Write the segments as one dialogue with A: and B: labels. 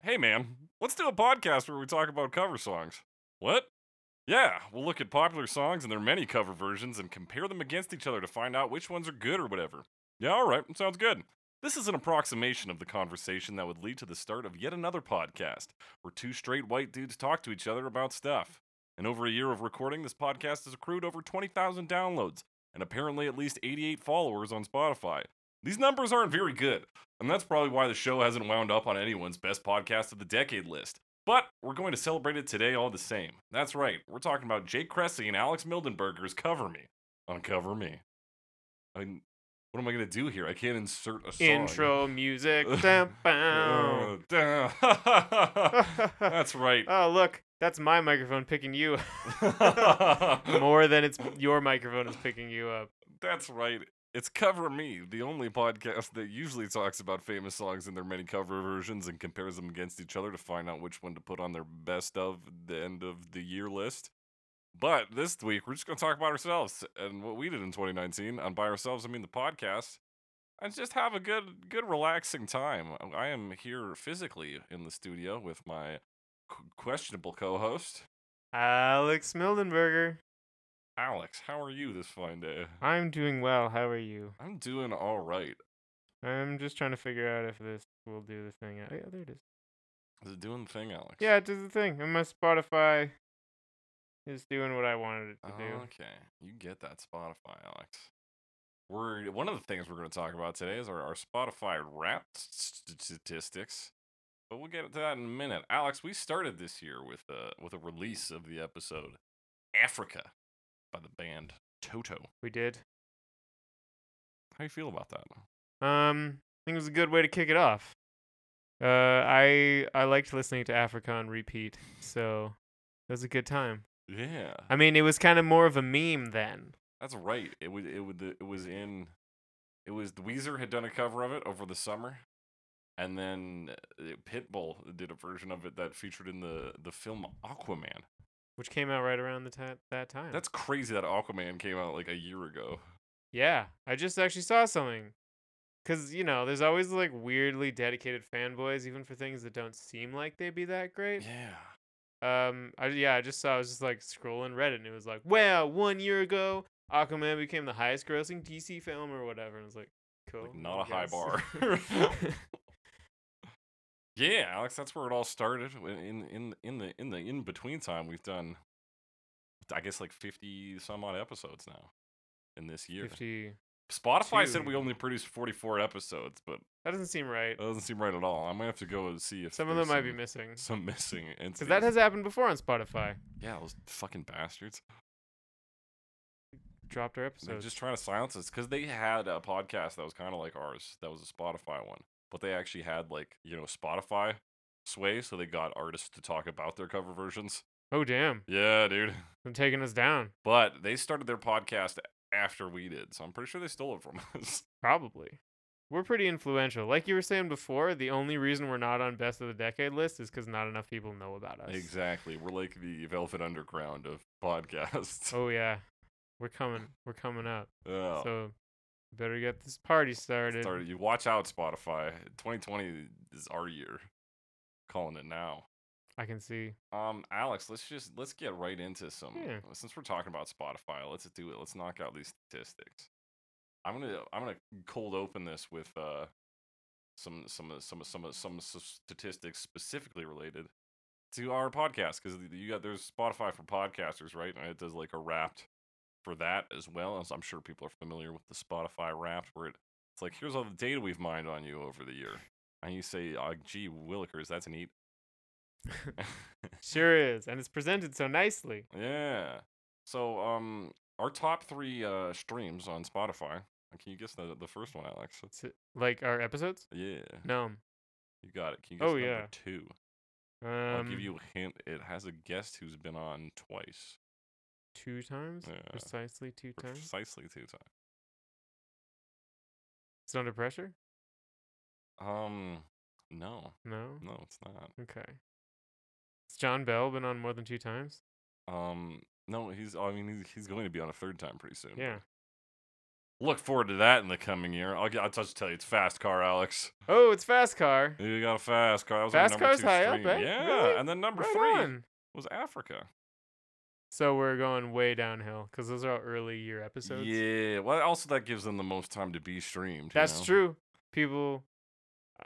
A: hey man, let's do a podcast where we talk about cover songs. What? Yeah, we'll look at popular songs and their many cover versions and compare them against each other to find out which ones are good or whatever. Yeah, all right, sounds good. This is an approximation of the conversation that would lead to the start of yet another podcast where two straight white dudes talk to each other about stuff. In over a year of recording, this podcast has accrued over 20,000 downloads and apparently at least 88 followers on Spotify. These numbers aren't very good, and that's probably why the show hasn't wound up on anyone's best podcast of the decade list. But we're going to celebrate it today all the same. That's right, we're talking about Jake Cressy and Alex Mildenberger's Cover Me. Uncover Me. I mean, what am I going to do here? I can't insert a song.
B: Intro music. Dun, bow.
A: Uh, duh. That's right.
B: oh, look, that's my microphone picking you more than it's your microphone is picking you up.
A: That's right. It's Cover Me, the only podcast that usually talks about famous songs and their many cover versions and compares them against each other to find out which one to put on their best of the end of the year list. But this week, we're just going to talk about ourselves and what we did in 2019. And by ourselves, I mean the podcast. And just have a good, good, relaxing time. I am here physically in the studio with my qu- questionable co-host,
B: Alex Mildenberger.
A: Alex. How are you this fine day?
B: I'm doing well. How are you?
A: I'm doing all right.
B: I'm just trying to figure out if this will do the thing. Oh, yeah, there it is.
A: Is it doing the thing, Alex?
B: Yeah, it does the thing. And my Spotify is doing what I wanted it
A: Oh,
B: to do.
A: Okay. You get that Spotify, Alex. We're one of the things we're going to talk about today is our, our Spotify rap st- statistics. But we'll get to that in a minute. Alex, we started this year with a with a release of the episode Africa by the band Toto.
B: We did.
A: How you feel about that?
B: Um, I think it was a good way to kick it off. Uh, I I liked listening to Africa on repeat, so it was a good time.
A: Yeah.
B: I mean, it was kind of more of a meme then.
A: That's right. It was it was it was in it was the Weezer had done a cover of it over the summer, and then uh, Pitbull did a version of it that featured in the the film Aquaman.
B: which came out right around the ti- that time.
A: That's crazy that Aquaman came out like a year ago.
B: yeah. I just actually saw something, cause you know, there's always like weirdly dedicated fanboys, even for things that don't seem like they'd be that great.
A: Yeah.
B: Um, I yeah, I just saw I was just like scrolling Reddit, and it was like, wow, one year ago, Aquaman became the highest-grossing DC film or whatever, and I was like, cool,
A: Like not
B: I
A: a high
B: guess.
A: bar. yeah, Alex, that's where it all started. w- In in in the in the in between time, we've done, I guess, like fifty some odd episodes now, in this year.
B: Fifty.
A: Spotify said
B: two.
A: we only produced forty four episodes, but
B: That doesn't seem right.
A: That doesn't seem right at all. I might have to go and see if
B: Some of
A: there's
B: them might be
A: Oh, some-
B: missing,
A: Some missing
B: cause
A: entities.
B: that has happened before on Spotify.
A: yeah, those fucking bastards.
B: Dropped our
A: They're
B: episodes.
A: just trying to silence us because they had a podcast that was kind of like ours. That was a Spotify one, but they actually had like you know Spotify sway, so they got artists to talk about their cover versions.
B: oh damn,
A: Yeah, dude.
B: they're taking us down.
A: But they started their podcast after we did, so I'm pretty sure they stole it from us.
B: Probably. We're pretty influential. Like you were saying before, the only reason we're not on best of the decade list is because not enough people know about us.
A: exactly. We're like the Velvet Underground of podcasts.
B: Oh yeah, we're coming. We're coming up.
A: Yeah.
B: So better get this party started.
A: Oh. started. You watch out, Spotify. 2020 is our year. Calling it now.
B: I can see.
A: Um, Alex, let's just let's get right into some.
B: Yeah.
A: Since we're talking about Spotify, let's do it. Let's knock out these statistics. I'm gonna I'm gonna cold open this with uh some some uh, some some some s- statistics specifically related to our podcast because you got there's Spotify for podcasters, right? And it does like a wrapped for that as well. As I'm sure people are familiar with the Spotify wrapped, where it, it's like here's all the data we've mined on you over the year, and you say, uh, "Gee, Willikers, that's neat."
B: Sure is, and it's presented so nicely.
A: Yeah. So, um, our top three uh streams on Spotify. Uh, Can you guess the the first one, Alex? That's-
B: It's, uh, like our episodes?
A: yeah,
B: No.
A: you got it. Can you guess
B: Oh,
A: number
B: yeah.
A: two?
B: Um,
A: I'll give you a hint. It has a guest who's been on twice,
B: two times.
A: Yeah.
B: Precisely two times.
A: precisely two times.
B: It's under pressure.
A: Um, no,
B: No.
A: no, it's not.
B: Okay. Has John Bell been on more than two times?
A: Um, no, he's. I mean, he's he's going to be on a third time pretty soon.
B: Yeah.
A: Look forward to that in the coming year. I'll, I'll just tell you, it's fast car, Alex.
B: Oh, it's fast car.
A: You got a fast car. That was
B: Fast
A: our number
B: car's
A: two
B: high up,
A: stream.
B: eh?
A: Yeah,
B: Really?
A: and then number
B: Right
A: three
B: on.
A: was Africa.
B: So we're going way downhill because those are our early year episodes.
A: yeah. Well, also that gives them the most time to be streamed. you
B: That's
A: know?
B: true. People,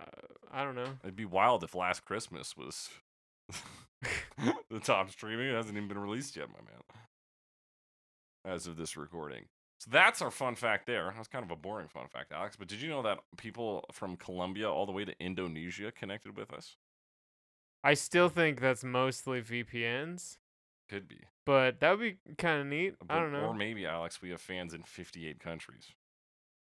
B: uh, I don't know.
A: It'd be wild if Last Christmas was the top streaming. It hasn't even been released yet, my man. As of this recording. So that's our fun fact there. That's kind of a boring fun fact, Alex. But did you know that people from Colombia all the way to Indonesia connected with us?
B: I still think that's mostly VPNs,
A: Could be.
B: but that would be kind of neat. I
A: But-
B: don't know.
A: Or maybe, Alex, we have fans in 58 countries.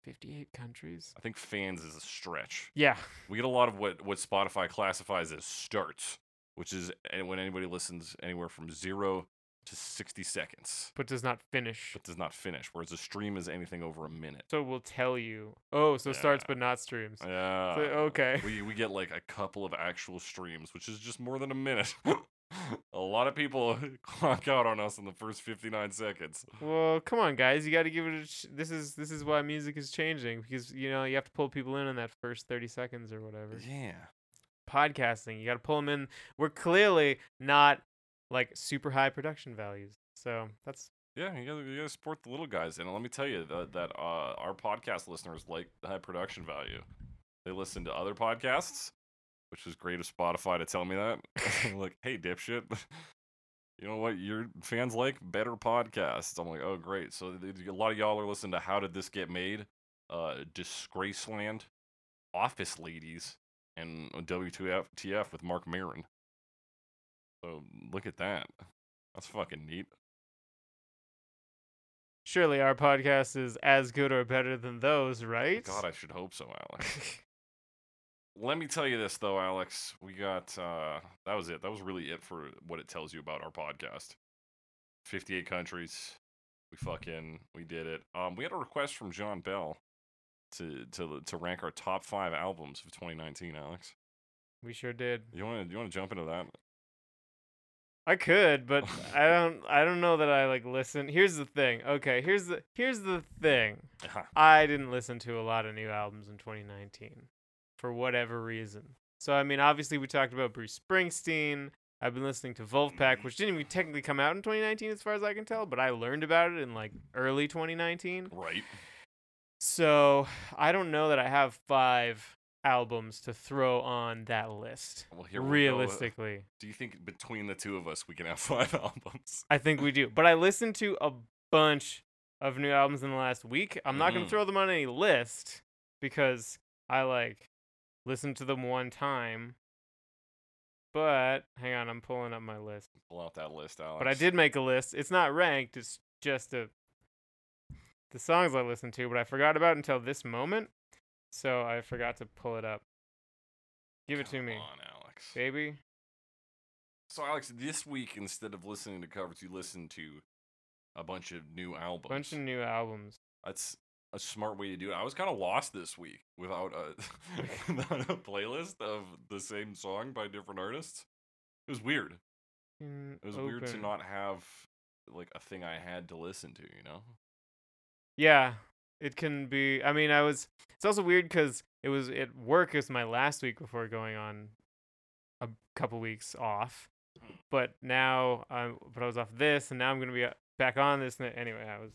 B: 58 countries.
A: I think fans is a stretch.
B: Yeah.
A: We get a lot of what, what Spotify classifies as starts, which is eh, when anybody listens anywhere from zero to 60 seconds.
B: But does not finish.
A: but does not finish. Whereas a stream is anything over a minute.
B: So we'll tell you. Oh, so starts
A: Yeah.
B: but not streams.
A: Yeah.
B: okay.
A: We we get like a couple of actual streams, which is just more than a minute. a lot of people clock out on us in the first 59 seconds.
B: Well, come on, guys. You got to give it. A sh- this is this is why music is changing because you know you have to pull people in on that first 30 seconds or whatever.
A: Yeah.
B: podcasting. You got to pull them in. We're clearly not like super high production values. So that's
A: Yeah, you gotta, you gotta support the little guys. And let me tell you that, that uh, our podcast listeners like the high production value. They listen to other podcasts, which was great of Spotify to tell me that. like, hey, dipshit, you know what? Your fans like better podcasts. I'm like, oh, great. So th- th- a lot of y'all are listening to How Did This Get Made, uh, Disgraceland, Office Ladies, and W2TF with Mark Marin. So look at that. That's fucking neat.
B: surely our podcast is as good or better than those, right?
A: God, I should hope so, Alex. Let me tell you this though, Alex. We got uh that was it. That was really it for what it tells you about our podcast. 58 countries. We fucking we did it. Um we had a request from John Bell to to to rank our top 5 albums of 2019, Alex.
B: we sure did.
A: You want to you want to jump into that?
B: I could, but I don't. I don't know that I like listen. Here's the thing. Okay, here's the here's the thing. I didn't listen to a lot of new albums in 2019 for whatever reason. So, I mean, obviously, we talked about Bruce Springsteen. I've been listening to
A: Mm-hmm.
B: Wolfpack, which didn't even technically come out in 2019, as far as I can tell, but I learned about it in like early 2019.
A: Right.
B: So, I don't know that I have five albums to throw on that list.
A: Well, here we go.
B: Realistically,
A: Do you think between the two of us we can have 5 albums?
B: I think we do. But I listened to a bunch of new albums in the last week. I'm not going
A: Mhm.
B: to throw them on any list because I like listened to them one time. But hang on, I'm pulling up my list.
A: Pull out that list, Alex.
B: But I did make a list. It's not ranked. It's just a the songs I listened to, but I forgot about until this moment. So I forgot to pull it up. Give it to
A: Come
B: me,
A: on, Alex.
B: baby.
A: So, Alex, this week instead of listening to covers, you listened to a bunch of new albums.
B: Bunch of new albums.
A: That's a smart way to do it. I was kind of lost this week without a without a playlist of the same song by different artists. It was weird. It was weird to not have like a thing I had to listen to. You know?
B: Yeah, it can be. I mean, I was. It's also weird because it was at work is my last week before going on a couple weeks off, but now I'm. But I was off this, and now I'm gonna be uh, back on this. And anyway, I was.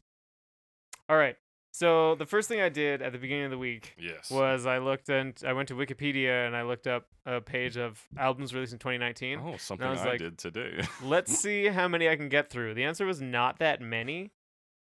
B: All right. So the first thing I did at the beginning of the week
A: Yes.
B: was I looked and I went to Wikipedia and I looked up a page of albums released in 2019.
A: Oh, something
B: was
A: I
B: like,
A: did today.
B: Let's see how many I can get through. The answer was not that many.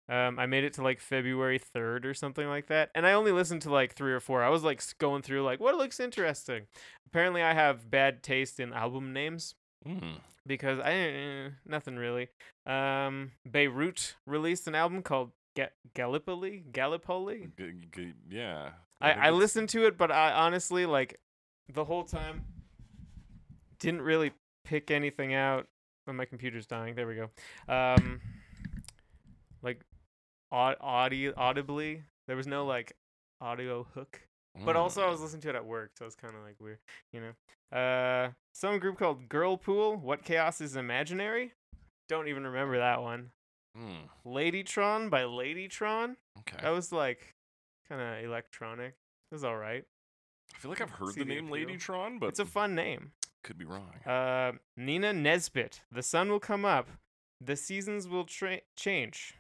B: Um, I made it to like February 3rd or something like that. And I only listened to like three or four. I was like s- going through, like, what looks interesting. Apparently, I have bad taste in album names
A: Mm,
B: because I eh, nothing really. Um, Beirut released an album called Ga- Gallipoli. Gallipoli.
A: g- g- yeah.
B: Hmm. I,
A: think
B: I
A: it's-
B: listened to it, but I honestly like the whole time didn't really pick anything out. Oh, my computer's dying. There we go. Um, like au- audi- audibly, there was no like audio hook. But also, I was
A: Mm.
B: listening to it at work, so it's kind of like weird, you know. Uh, some group called Girl Pool. What chaos is imaginary? Don't even remember that one.
A: Mm,
B: Ladytron by Ladytron.
A: okay.
B: That was like kind of electronic. It was all right.
A: I feel like I've heard
B: See
A: the
B: the
A: name
B: appeal.
A: Ladytron, but
B: it's a fun name.
A: could be wrong.
B: Uh, Nina Nesbitt. The sun will come up. The seasons will tra- change.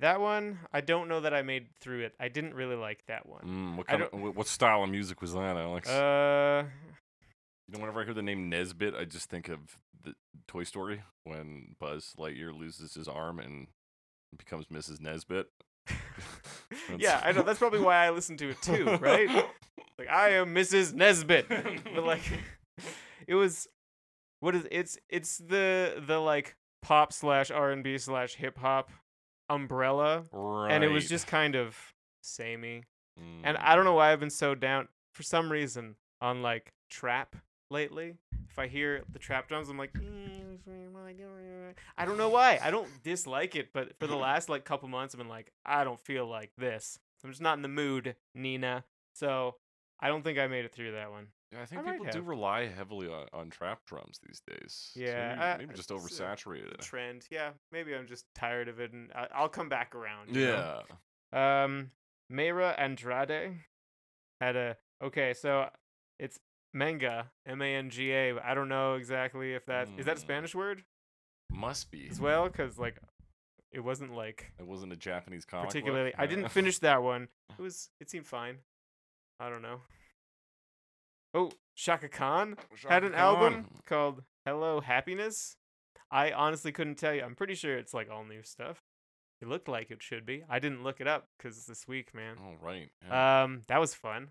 B: That one, I don't know that I made through it. I didn't really like that one.
A: Mm, what
B: I
A: kind of, wh- what style of music was that, Alex?
B: Uh,
A: you know, whenever I hear the name Nesbit, I just think of the Toy Story when Buzz Lightyear loses his arm and becomes Mrs. Nesbit.
B: yeah, I know. That's probably why I listened to it too, right? like I am Mrs. Nesbit. But like it was what is it's it's the the like pop slash R and B slash hip hop umbrella.
A: right. Mm.
B: And it was just kind of samey. And
A: Mm-hmm.
B: I don't know why I've been so down for some reason on like trap lately. If I hear the trap drums, I'm like, I don't know why. I don't dislike it, but for the last like couple months, I've been like, I don't feel like this. I'm just not in the mood, Nina. So I don't think I made it through that one.
A: Yeah, I think
B: I might
A: people do
B: have.
A: rely heavily on, on trap drums these days. So
B: Yeah,
A: maybe,
B: I-
A: maybe just
B: it's, uh,
A: oversaturated. it.
B: Trend, yeah. Maybe I'm just tired of it, and I- I'll come back around. you know?
A: yeah.
B: Um, Mayra Andrade had a okay, so it's manga, M A N G A. I don't know exactly if that is that a
A: Mm.
B: Spanish word
A: Must be.
B: as well, because like it wasn't like
A: It wasn't a Japanese comic. book.
B: particularly. I didn't
A: Yeah.
B: finish that one. It was it seemed fine. I don't know. Oh, Shaka Khan had
A: Shaka
B: an album
A: Khan.
B: called Hello Happiness. I honestly couldn't tell you. I'm pretty sure it's like all new stuff. It looked like it should be. I didn't look it up because this week, man.
A: Oh right. yeah.
B: Um, that was fun.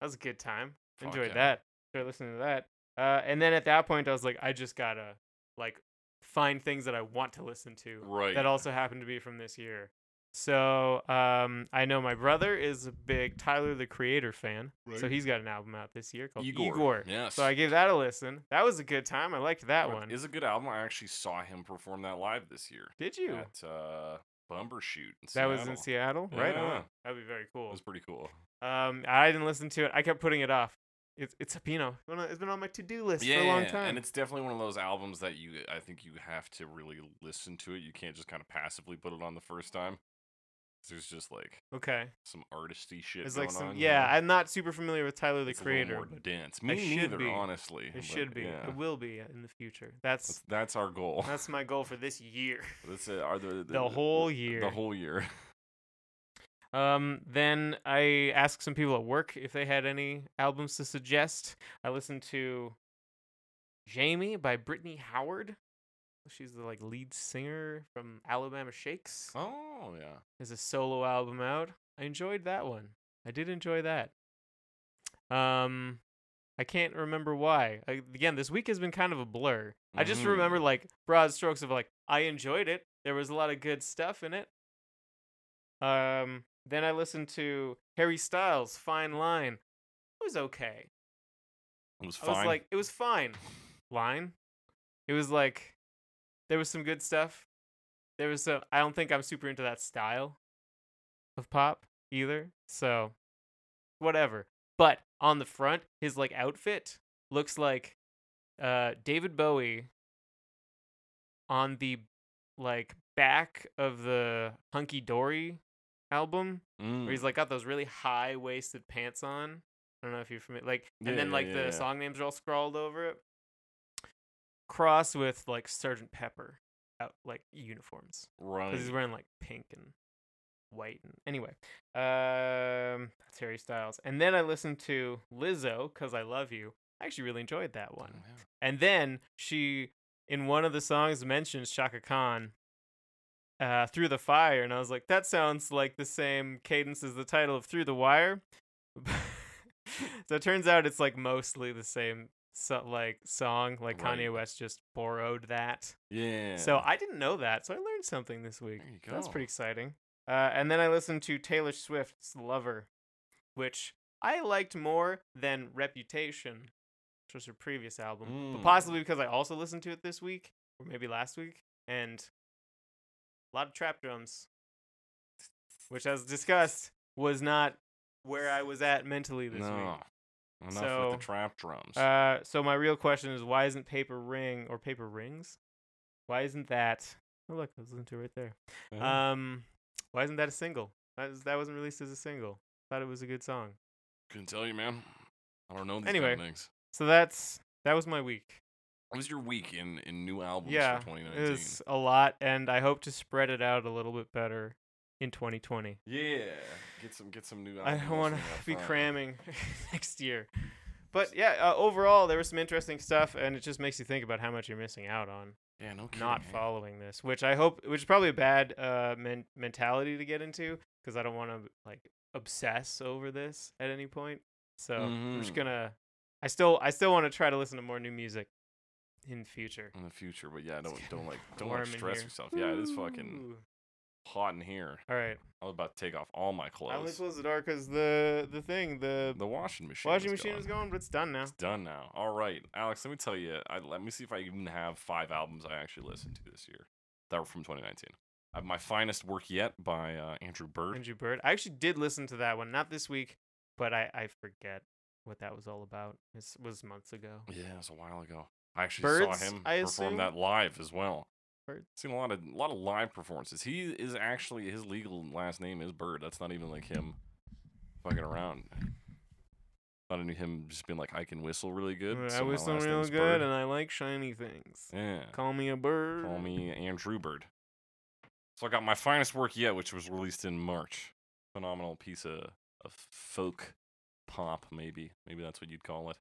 B: That was a good time.
A: Fuck
B: Enjoyed
A: yeah.
B: that. Enjoyed listening to that. Uh, and then at that point, I was like, I just gotta like find things that I want to listen to
A: right.
B: that also happened to be from this year. So um, I know my brother is a big Tyler the Creator fan, so
A: Right.
B: he's got an album out this year called
A: Igor.
B: Igor.
A: Yes.
B: So I gave that a listen. That was a good time. I liked that
A: It
B: one.
A: Is a good album. I actually saw him perform that live this year
B: Did you?
A: at uh, Bumbershoot. In
B: that was in
A: Seattle.
B: Seattle, right?
A: Yeah.
B: On. That'd be very cool.
A: It was pretty cool.
B: Um, I didn't listen to it. I kept putting it off. It's it's a Pino. It's been on my to do list for a long time.
A: and it's definitely one of those albums that you. I think you have to really listen to it. You can't just kind of passively put it on the first time. 'Cause There's just like
B: okay.
A: some artisty shit.
B: It's like
A: going
B: some
A: on, you
B: yeah.
A: know?
B: I'm not super familiar with Tyler the
A: It's a little
B: Creator.
A: more
B: but
A: dense. Me
B: should
A: neither,
B: be.
A: honestly.
B: it
A: but
B: should be.
A: yeah.
B: It will be in the future.
A: That's,
B: That's
A: that's our goal.
B: that's my goal for this year.
A: That's it. Are the,
B: The whole
A: The
B: year.
A: whole year.
B: Um, then I asked some people at work if they had any albums to suggest. I listened to Jamie by Brittany Howard. She's the like lead singer from Alabama Shakes.
A: Oh yeah.
B: There's a solo album out. I enjoyed that one. I did enjoy that. Um, I can't remember why. I, again, this week has been kind of a blur. I just remember
A: Mm.
B: like broad strokes of like I enjoyed it. There was a lot of good stuff in it. Um, then I listened to Harry Styles' "Fine Line." It was okay.
A: It was
B: I
A: fine.
B: was like, it was fine. Line. It was like, there was some good stuff. There was some. I don't think I'm super into that style of pop either. So, whatever. But on the front, his like outfit looks like uh, David Bowie on the like back of the Hunky Dory album
A: Mm,
B: where
A: Hmm.
B: he's like got those really high waisted pants on. I don't know if you're familiar. Like, and then
A: Yeah,
B: like
A: yeah,
B: the
A: yeah.
B: song names are all scrawled over it. Cross with like Sergeant Pepper out like uniforms
A: right.
B: because he's wearing like pink and white and anyway. Um, that's Harry Styles. And then I listened to Lizzo because I love you. I actually really enjoyed that
A: Oh,
B: one.
A: yeah.
B: And then she, in one of the songs, mentions Shaka Khan uh, through the fire, and I was like, that sounds like the same cadence as the title of Through the Wire. so it turns out it's like mostly the same so, like song. Like
A: Right.
B: Kanye West just borrowed that.
A: Yeah.
B: So I didn't know that, so I learned something this week.
A: There you
B: That's
A: go.
B: pretty exciting. Uh, and then I listened to Taylor Swift's "Lover," which I liked more than "Reputation," which was her previous album, but
A: Mm.
B: possibly because I also listened to it this week or maybe last week, and a lot of trap drums, which, as discussed, was not where I was at mentally this
A: no.
B: week.
A: Enough
B: So,
A: with the trap drums.
B: Uh, so my real question is, why isn't Paper Ring or Paper Rings? Why isn't that? Oh look, I was listening to it right there.
A: Yeah.
B: Um, why isn't that a single? That, is, that wasn't released as a single. Thought it was a good song.
A: Couldn't tell you, man. I don't know these
B: Anyway.
A: kind of things.
B: So that's that was my week.
A: What was your week in, in new albums
B: Yeah,
A: for
B: It
A: 2019?
B: was a lot, and I hope to spread it out a little bit better in 2020.
A: Yeah, get some get some new.
B: I
A: album
B: don't want to
A: listening up
B: be
A: front.
B: cramming next year. But yeah, uh, overall there was some interesting stuff, and it just makes you think about how much you're missing out on
A: Yeah, no kidding.
B: not
A: eh?
B: following this. Which I hope, which is probably a bad uh, men- mentality to get into, because I don't want to like obsess over this at any point. So I'm
A: Mhm.
B: just gonna. I still, I still want to try to listen to more new music in future.
A: in the future, but yeah, don't
B: kinda
A: don't like don't like
B: warm in
A: stress
B: here.
A: yourself. Yeah, it is fucking
B: Ooh.
A: hot in here.
B: All right.
A: I was about to take off all my
B: I only
A: clothes.
B: closed the door because the the thing, the
A: the washing machine.
B: washing
A: was
B: machine
A: going.
B: was going, but it's done now.
A: It's done now. All right, Alex. Let me tell you. I, let me see if I even have five albums I actually listened to this year that were from 2019. I have my finest work yet by uh, Andrew Bird.
B: Andrew Bird. I actually did listen to that one, not this week, but I I forget what that was all about. It was months ago.
A: Yeah, it was a while ago. I actually
B: Birds,
A: saw him
B: I
A: perform that live as well.
B: Bird.
A: Seen a lot of a lot of live performances. He is actually his legal last name is Bird. That's not even like him fucking around. Not even him just being like I can whistle really good.
B: Uh, I
A: so my
B: whistle
A: last
B: real
A: name's
B: good,
A: Bird."
B: and I like shiny things.
A: yeah.
B: Call me a bird.
A: Call me Andrew Bird. So I got my finest work yet, which was released in March. Phenomenal piece of, of folk pop, maybe. Maybe that's what you'd call it.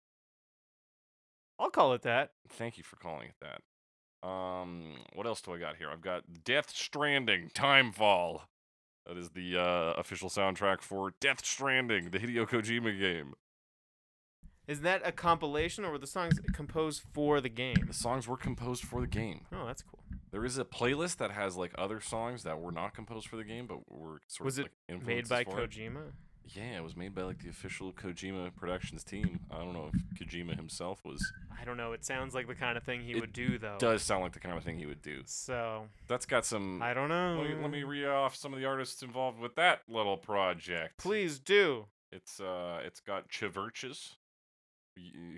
B: I'll call it that.
A: Thank you for calling it that. Um, what else do I got here? I've got Death Stranding, Timefall. That is the uh, official soundtrack for Death Stranding, the Hideo Kojima game.
B: Is that a compilation, or were the songs composed for the game?
A: The songs were composed for the game.
B: Oh, that's cool.
A: There is a playlist that has like other songs that were not composed for the game, but were sort
B: Was
A: of
B: it
A: like,
B: Made
A: influences
B: by
A: for it.
B: Kojima.
A: Yeah, it was made by like the official Kojima Productions team. I don't know if Kojima himself was.
B: I don't know. It sounds like the kind of thing he
A: It
B: would do, though.
A: Does sound like the kind of thing he would do.
B: So
A: That's got some.
B: I don't know.
A: Let me, let me read off some of the artists involved with that little project.
B: Please do.
A: It's uh, it's got Chiverches,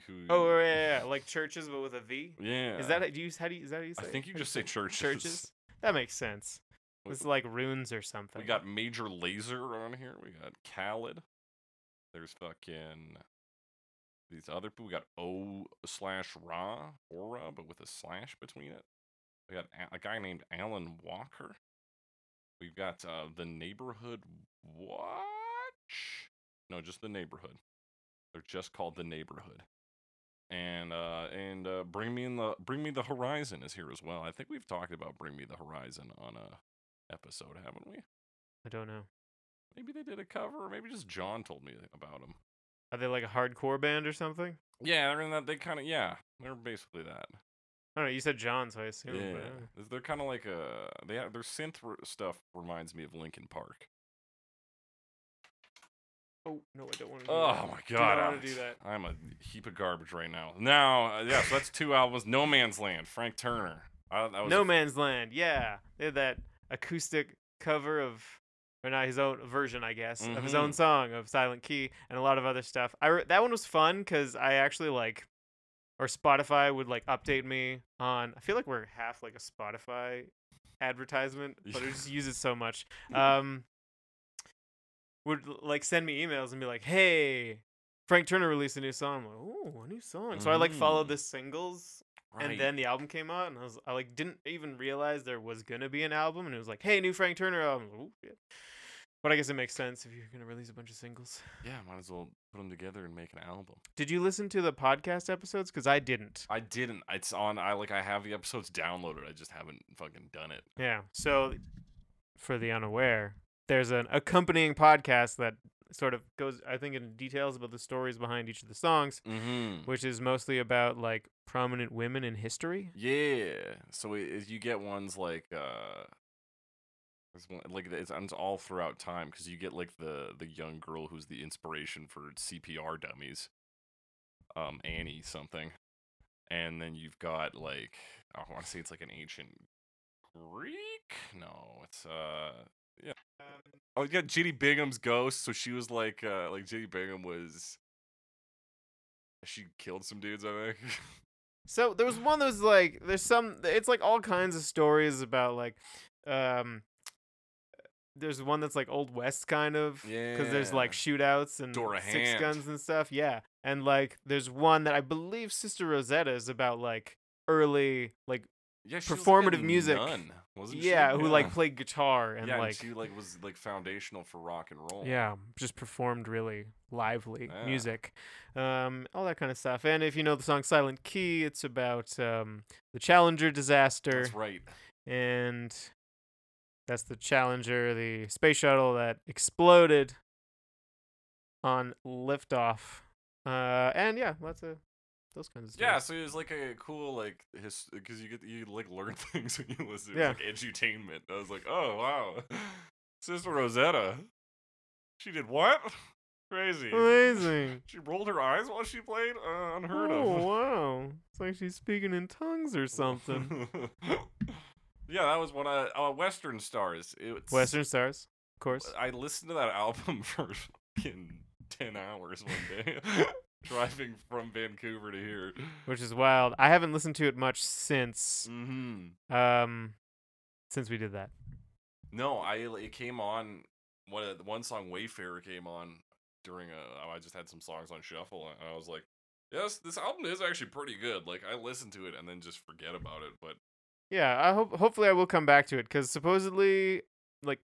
A: who.
B: Oh yeah, yeah, yeah, like churches, but with a V.
A: yeah.
B: Is that how- do you? How do you? Is that how you say?
A: I think you
B: how do
A: just say churches.
B: churches. That makes sense.
A: We-
B: It's like runes or something.
A: We got Major Laser on here. We got Khaled. There's fucking these other people. We got O slash Ra, Aura, but with a slash between it. We got a, a guy named Alan Walker. We've got uh, the Neighborhood Watch. No, just the Neighborhood. They're just called the Neighborhood. And uh, and uh, bring me in the bring me the horizon is here as well. I think we've talked about bring me the horizon on a episode, haven't we?
B: I don't know.
A: Maybe they did a cover, or maybe just John told me about them.
B: Are they like a hardcore band or something?
A: Yeah, they're in that. They kind of yeah, they're basically that.
B: I don't know. You said John, so I assume.
A: yeah,
B: but, uh,
A: They're- they're kind of like a they have, their synth r- stuff reminds me of Linkin Park.
B: Oh no, I don't want to. Do
A: Oh
B: that.
A: my god,
B: Do not wanna
A: Alex.
B: do that.
A: I'm a heap of garbage right now. Now, uh, yeah, so that's two albums. No Man's Land, Frank Turner. I, that was
B: No
A: a-
B: Man's Land. Yeah, they had that acoustic cover of, or not his own version, I guess, of his own
A: Mhm.
B: song of Silent Key and a lot of other stuff. I re- that one was fun because I actually like, or Spotify would like update me on. I feel like we're half like a Spotify advertisement, but I just use it so much. Um, would like send me emails and be like, "Hey." Frank Turner released a new song. I'm like, oh, a new song. So I like followed
A: Mm.
B: the singles
A: right.
B: and then the album came out, and I was I like didn't even realize there was gonna be an album, and it was like, hey, new Frank Turner album. Ooh, shit. But I guess it makes sense if you're gonna release a bunch of singles.
A: yeah, might as well put them together and make an album.
B: Did you listen to the podcast episodes? Because I didn't.
A: I didn't. It's on. I like. I have the episodes downloaded. I just haven't fucking done it.
B: Yeah. So, for the unaware, there's an accompanying podcast that sort of goes, I think, into details about the stories behind each of the songs,
A: Mm-hmm.
B: which is mostly about like prominent women in history.
A: Yeah. So it, it- you get ones like uh there's one, like it's, it's all throughout time because you get like the the young girl who's the inspiration for CPR dummies, um Annie something, and then you've got like I want to say it's like an ancient Greek. No, it's uh oh you got Judy Bingham's ghost. So she was like uh like Judy Bingham was she killed some dudes I think.
B: So there was one that was like there's some it's like all kinds of stories about like um there's one that's like old west kind of there's like
A: Yeah.
B: shootouts and
A: Dora
B: six
A: Hand.
B: guns and stuff. Yeah, and like there's one that I believe Sister Rosetta is about like early like
A: Yeah, she was like a
B: performative music.
A: nun, wasn't she?
B: yeah who like
A: Yeah.
B: played guitar and
A: yeah,
B: like
A: and she like was like foundational for rock and roll.
B: yeah just performed really lively
A: Yeah.
B: music um all that kind of stuff and if you know the song silent key it's about um the challenger disaster
A: that's right.
B: and that's the Challenger, the space shuttle that exploded on liftoff. Uh, and yeah, lots of those kinds of
A: Yeah,
B: stuff.
A: so it was like a cool like his because you get you like learn things when you listen. It was
B: Yeah.
A: like edutainment. I was like, oh wow, Sister Rosetta, she did what? Crazy.
B: Amazing.
A: She rolled her eyes while she played. Uh, unheard
B: oh,
A: of.
B: wow. It's like she's speaking in tongues or something.
A: yeah, that was one of uh, Western Stars. It's,
B: Western Stars, of course.
A: I listened to that album for fucking ten hours one day, driving from Vancouver to here.
B: Which is wild. I haven't listened to it much since
A: Mm-hmm.
B: um since we did that.
A: No, I like, it came on one of the- one song Wayfarer came on during a oh, I just had some songs on shuffle and I was like, yes, this album is actually pretty good. Like I listened to it and then just forget about it, but
B: Yeah, I hope hopefully I will come back to it because supposedly like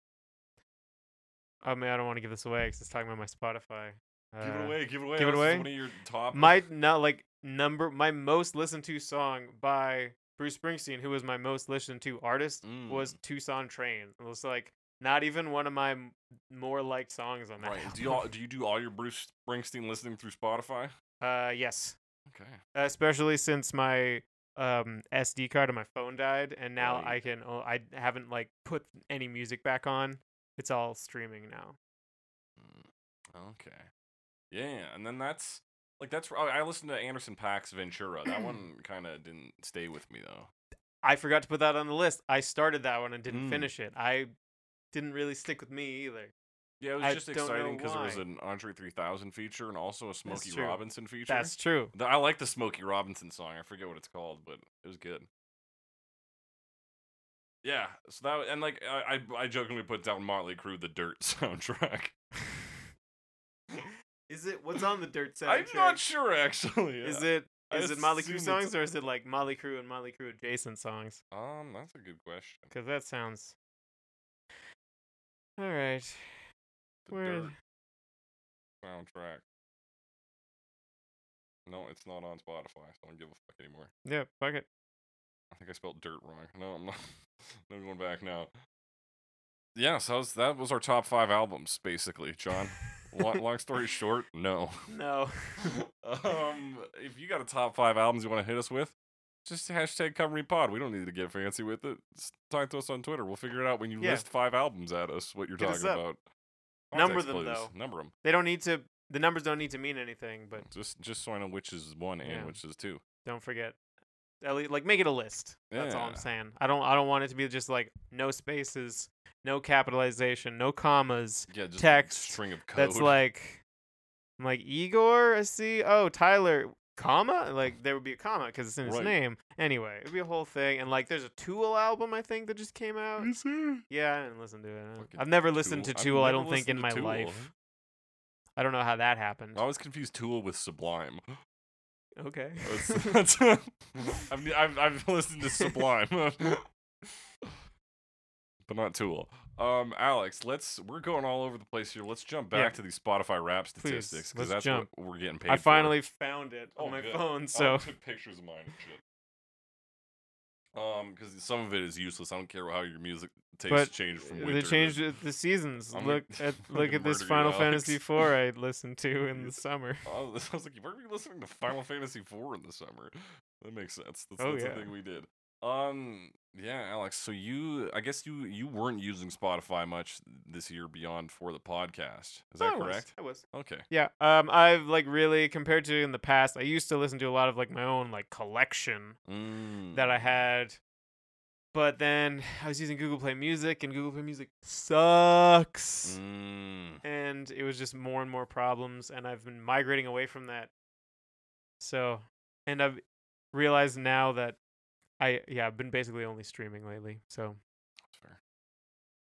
B: I mean I don't want to give this away because it's talking about my Spotify.
A: give it
B: Uh,
A: away, give it away.
B: give it
A: this is
B: away?
A: One of your top
B: My not like number my most listened to song by Bruce Springsteen, who was my most listened to artist,
A: Mm.
B: was Tucson Train. It was like not even one of my m- more liked songs on that.
A: right. Do you all,
B: album.
A: do you do all your Bruce Springsteen listening through Spotify?
B: Uh, yes.
A: Okay.
B: especially since my um SD card on my phone died and now
A: Right.
B: I can o- I haven't like put any music back on. It's all streaming now.
A: Mm, Okay. Yeah, and then that's like that's oh, I I listened to Anderson Pack's Ventura. That one kind of didn't stay with me though.
B: I forgot to put that on the list. I started that one and didn't
A: Mm.
B: finish it. I didn't really stick with me either.
A: Yeah, it was
B: I
A: just
B: don't know
A: exciting because there was
B: why.
A: an Andre 3000 feature and also a Smokey
B: true.
A: Robinson feature.
B: That's true.
A: Th- I like the Smokey Robinson song. I forget what it's called, but it was good. Yeah, so that w- and like I I, I jokingly put down Motley Crue the Dirt soundtrack.
B: Is it what's on the dirt soundtrack?
A: I'm not sure actually. Uh,
B: Is it
A: I
B: is it Molly
A: assume
B: Crew
A: it's-
B: songs or is it like Molly Crew and Molly Crew adjacent songs?
A: Um, that's a good question.
B: Because that sounds. All right.
A: The
B: Where-
A: Dirt soundtrack. No, it's not on Spotify. So I don't give a fuck anymore.
B: Yeah. Fuck it.
A: I think I spelled dirt wrong. No, I'm not. no going back now. Yeah, so that was, that was our top five albums, basically, John. long, long story short, no.
B: No.
A: um, if you got a top five albums you want to hit us with, just hashtag Cover Me Pod. We don't need to get fancy with it. S- Talk to us on Twitter. We'll figure it out when you
B: Yeah.
A: list five albums at us. What you're
B: Hit us
A: talking
B: up.
A: about.
B: Number
A: Context
B: them,
A: clues.
B: though.
A: Number them.
B: They don't need to. The numbers don't need to mean anything, but
A: Mm. Just just so I know which is one and
B: Yeah.
A: which is two.
B: don't forget. At least, like, make it a list. That's all I'm
A: Yeah.
B: saying. I don't. I don't want it to be just like no spaces, no capitalization, no commas.
A: Yeah, just a
B: Text
A: string of code.
B: That's like, I'm like Igor. I see. Oh, Tyler. Comma. Like there would be a comma because it's in his
A: Right.
B: name. Anyway, it'd be a whole thing. And like, there's a Tool album I think that just came out.
A: Yes, sir.
B: Yeah, I didn't listen to it.
A: Fucking
B: I've never listened
A: Tool.
B: to
A: I've
B: Tool. I
A: never
B: don't think in
A: listened to
B: my
A: Tool. Oh.
B: life. I don't know how that happened.
A: I always confuse Tool with Sublime.
B: Okay.
A: That's, that's, I've, ne- I've, I've listened to Sublime, but not Tool. Um, Alex, let's we're going all over the place here. Let's jump
B: Yeah.
A: back to these Spotify rap statistics
B: let's
A: because that's
B: jump.
A: what we're getting paid.
B: I
A: for.
B: finally found it
A: Oh,
B: on my
A: good.
B: phone.
A: I
B: So
A: took pictures of mine and shit. Um, because some of it is useless. I don't care how your music tastes
B: But
A: changed from winter.
B: they
A: to-
B: changed it- the seasons.
A: I'm gonna-
B: look at
A: I'm
B: look
A: gonna
B: at this
A: murder you,
B: Final
A: Alex.
B: Fantasy IV I listened to in the summer.
A: Oh, I was like, you weren't listening to Final Fantasy IV in the summer. That makes sense. That's,
B: Oh,
A: that's
B: yeah.
A: the thing we did. Um, yeah, Alex. So you, I guess you you weren't using Spotify much this year beyond for the podcast. Is that
B: I was,
A: correct?
B: I was.
A: Okay.
B: Yeah. Um. I've like really compared to in the past. I used to listen to a lot of like my own like collection that I
A: Mm,
B: had. But then I was using Google Play Music, and Google Play Music sucks.
A: Mm.
B: and it was just more and more problems and i've been migrating away from that so and i've realized now that i yeah i've been basically only streaming lately so
A: That's fair.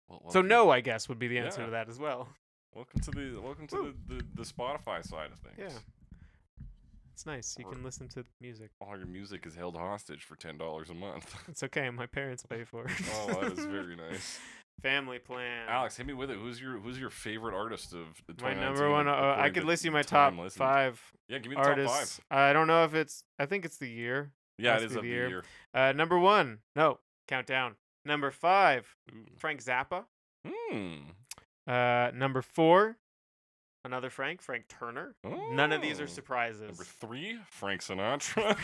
A: Well,
B: So
A: welcome-
B: no, I guess would be the answer
A: Yeah.
B: to that as well.
A: Welcome to the welcome to
B: Woo.
A: the, the, the Spotify side of things.
B: Yeah. It's nice. You
A: Or-
B: can listen to music.
A: All your music is held hostage for ten dollars a month.
B: It's okay. My parents pay for it.
A: oh, that is very nice.
B: family plan.
A: Alex, hit me with it. Who's your Who's your favorite artist of the
B: my
A: 2019?
B: number one. Uh, I
A: according
B: could
A: to
B: list you my top
A: time listened?
B: five
A: Yeah, give me the
B: artists.
A: top five.
B: I don't know if it's. I think it's the year.
A: Yeah,
B: Must
A: it is
B: be
A: of
B: the
A: the
B: year.
A: year.
B: Uh, number one. No, countdown. Number five, Frank Zappa.
A: Ooh.
B: Uh, number four, another Frank, Frank Turner.
A: Hmm.
B: None of these
A: Oh.
B: are surprises.
A: Number three, Frank Sinatra.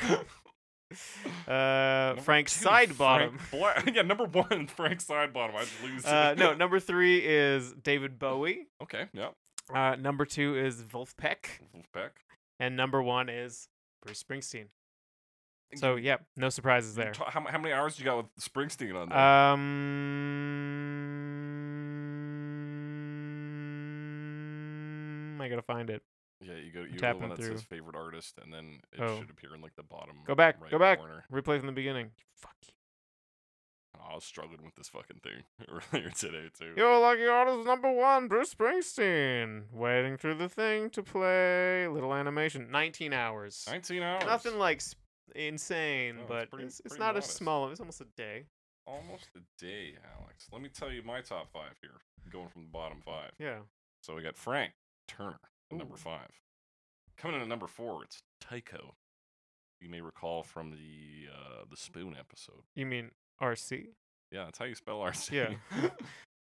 B: uh,
A: Number
B: Frank
A: two,
B: Sidebottom.
A: Frank Bla- yeah, number one, Frank Sidebottom. I lose.
B: uh, no, number three is David Bowie.
A: okay. Yeah.
B: Uh, number two is Wolf Peck,
A: Back.
B: and number one is Bruce Springsteen. So yeah, no surprises there. Uh,
A: How, how many hours you got with Springsteen on there?
B: Um, I gotta find it.
A: yeah, you go. You go to the
B: tapping
A: one that says
B: through.
A: favorite artist, and then it
B: Oh.
A: should appear in like the bottom.
B: Go back,
A: Right
B: go back.
A: Corner.
B: Replay from the beginning. Fuck you.
A: I was struggling with this fucking thing earlier today too.
B: Yo, lucky artist number one, Bruce Springsteen. Waiting through the thing to play. Little animation. 19 hours.
A: Nineteen hours.
B: Nothing like sp- insane,
A: No, it's
B: but it's,
A: pretty-
B: it's,
A: pretty
B: not
A: modest.
B: as small. It's almost a day.
A: Almost a day, Alex. Let me tell you my top five here, going from the bottom five.
B: Yeah.
A: So we got Frank Turner at number
B: Ooh.
A: five. Coming in at number four, it's Tycho. You may recall from the uh, the Spoon episode.
B: You mean RC?
A: Yeah, that's how you spell RC.
B: Yeah.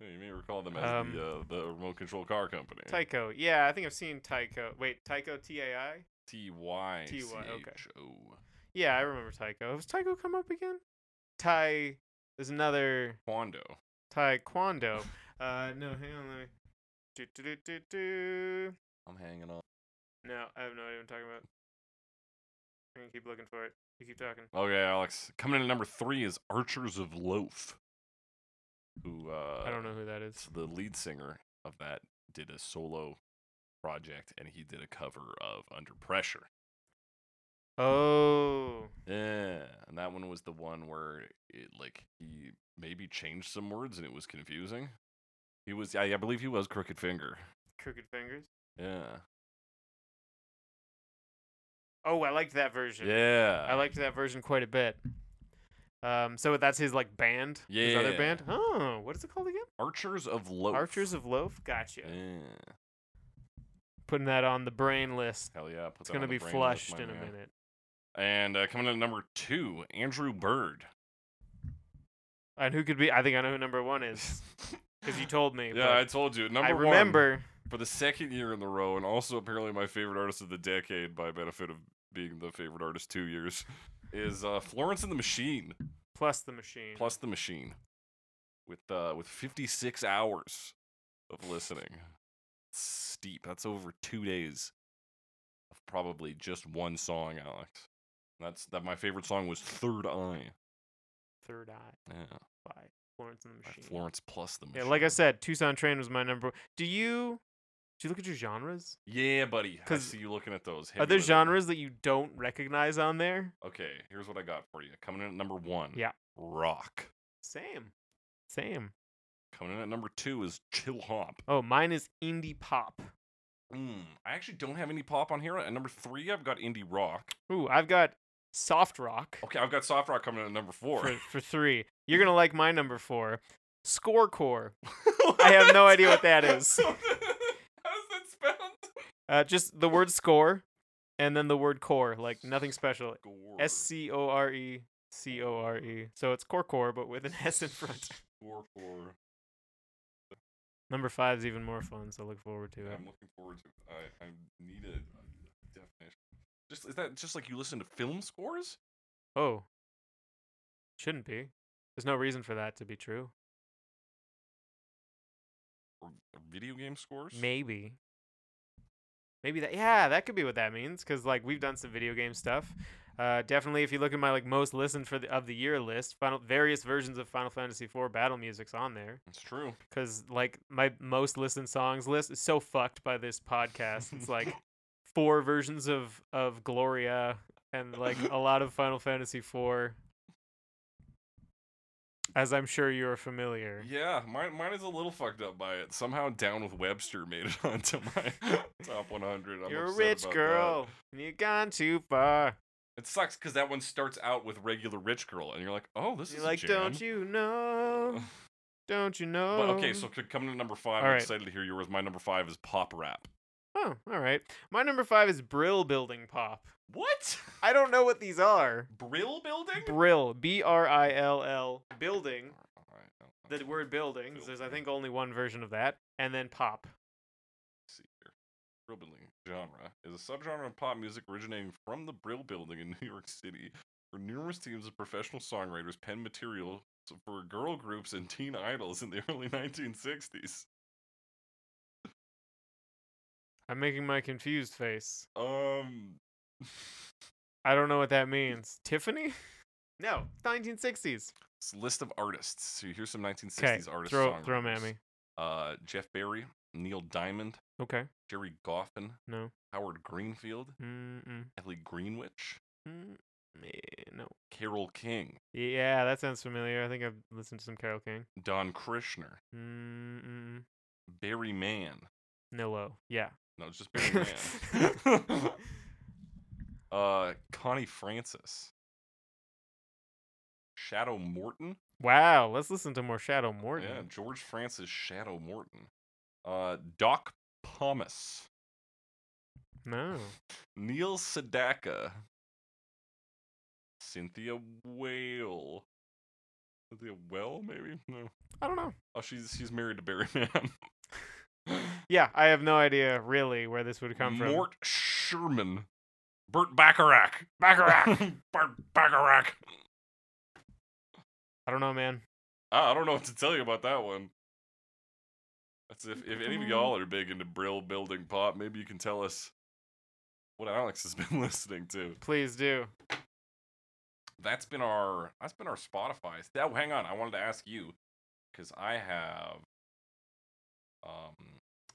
A: you may recall them as
B: Um,
A: the, uh, the remote control car company.
B: Tycho. Yeah, I think I've seen Tycho. Wait, Tycho T A I?
A: T Y C
B: T Y, okay.
A: H O.
B: Yeah, I remember Tycho. Has Tycho come up again? Tai. There's another
A: Quando.
B: Taekwondo. Uh, no, hang on. Let me. Do, do, do, do, do.
A: I'm hanging on.
B: No, I have no idea what I'm talking about. I'm gonna keep looking for it. You keep talking.
A: Okay, Alex. Coming in at number three is Archers of Loaf. Who uh,
B: I don't know who that is.
A: So the lead singer of that did a solo project and he did a cover of Under Pressure.
B: Oh.
A: Yeah. And that one was the one where it like he maybe changed some words and it was confusing. He was I, I believe he was Crooked Finger.
B: Crooked Fingers.
A: Yeah.
B: Oh, I liked that version.
A: Yeah.
B: I liked that version quite a bit. Um, so that's his like band. His other
A: Yeah.
B: band. Oh, what is it called again?
A: Archers of Loaf.
B: Archers of Loaf. Gotcha.
A: Yeah.
B: Putting that on the brain list.
A: Hell yeah. Put
B: It's
A: that
B: gonna
A: on the
B: be
A: brain list,
B: flushed
A: my
B: in a
A: man.
B: minute.
A: And uh, coming in at number two, Andrew Bird.
B: And who could be? I think I know who number one is because you told me.
A: yeah,
B: but
A: I told you. Number
B: I
A: one.
B: remember.
A: for the second year in a row, and also apparently my favorite artist of the decade by benefit of being the favorite artist two years, is uh, Florence and the Machine
B: Plus the machine.
A: plus the Machine, with uh, with 56 hours of listening. Steep. That's over two days of probably just one song, Alex. That's that. My favorite song was Third Eye.
B: Third Eye
A: Yeah,
B: by Florence and the
A: by
B: Machine.
A: Florence plus the Machine.
B: yeah, like I said, Tucson Train was my number. Do you do you look at your genres?
A: Yeah, buddy. I
B: 'Cause
A: see you looking at those. Hit
B: Are
A: me
B: there
A: with it.
B: genres that you don't recognize on there?
A: Okay, here's what I got for you. Coming in at number one.
B: Yeah.
A: Rock.
B: Same. Same.
A: Coming in at number two is chill hop.
B: Oh, mine is indie pop.
A: Mm, I actually don't have any pop on here. At number three, I've got indie rock.
B: Ooh, I've got soft rock
A: Okay, I've got soft rock coming in at number four.
B: for, for three. You're gonna like my number four, scorecore. I have no idea what that is.
A: How does that spelled?
B: Uh, just the word score, and then the word core, like nothing special. S C O R E C O R E. So it's core core, but with an S in front.
A: Score for.
B: Number five's even more fun, so look forward to it.
A: I'm looking forward to. I I need a a definition. Just is that just like you listen to film scores?
B: Oh. Shouldn't be. There's no reason for that to be true.
A: Or or video game scores?
B: Maybe. Maybe that yeah, that could be what that means cuz like we've done some video game stuff. Uh, definitely if you look at my like most listened for the, of the year list, final various versions of Final Fantasy IV battle music's on there
A: It's true.
B: cuz like my most listened songs list is so fucked by this podcast. It's like four versions of of Gloria and like a lot of Final Fantasy IV. as I'm sure you are familiar.
A: Yeah, mine, mine is a little fucked up by it. Somehow Down with Webster made it onto my top 100. I'm
B: You're a
A: upset
B: rich
A: about
B: girl,
A: that.
B: and you've gone too far.
A: It sucks because that one starts out with regular rich girl, and you're like, oh, this
B: You're
A: is
B: like,
A: a jam.
B: don't you know? Don't you know?
A: But okay, so c- coming to number five,
B: All
A: I'm
B: right.
A: excited to hear yours. My number five is pop rap.
B: Oh, all right. My number five is Brill Building Pop.
A: What?
B: I don't know what these are.
A: Brill building?
B: Brill, B R I L L, building.
A: All right, I'll- I'll
B: The word buildings. There's, I think, only one version of that. And then pop.
A: see here. Brill building genre is a subgenre of pop music originating from the Brill building in New York City, where numerous teams of professional songwriters penned material s- for girl groups and teen idols in the early 1960s.
B: I'm making my confused face.
A: Um,
B: I don't know what that means. Tiffany? No, 1960s.
A: it's a list of artists. So here's some 1960s
B: Okay,
A: artists.
B: throw, throw
A: songwriters.
B: Mammy.
A: Uh, Jeff Barry, Neil Diamond,
B: Okay,
A: Jerry Goffin,
B: no.
A: Howard Greenfield,
B: Mm-mm.
A: Ellie Greenwich,
B: Mm, eh, no.
A: Carol King,
B: Yeah, that sounds familiar. I think I've listened to some Carol King.
A: Don Krishner,
B: Mm-mm.
A: Barry Mann.
B: Nillo. Yeah.
A: No, it's just Barry Mann. uh, Connie Francis, Shadow Morton.
B: Wow, let's listen to more Shadow Morton.
A: Yeah, George Francis Shadow Morton. Uh, Doc Pomus,
B: No.
A: Neil Sedaka, Cynthia Whale. Cynthia Well, maybe no.
B: I don't know.
A: Oh, she's she's married to Barry Mann.
B: Yeah, I have no idea really where this would come from.
A: Mort Sherman, Burt Bacharach,
B: Bacharach.
A: Burt Bacharach.
B: I don't know, man.
A: I, I don't know what to tell you about that one. That's if if any of
B: Mm-hmm.
A: y'all are big into Brill building pop, maybe you can tell us what Alex has been listening to.
B: Please do.
A: That's been our that's been our Spotify. Oh, hang on, I wanted to ask you because I have um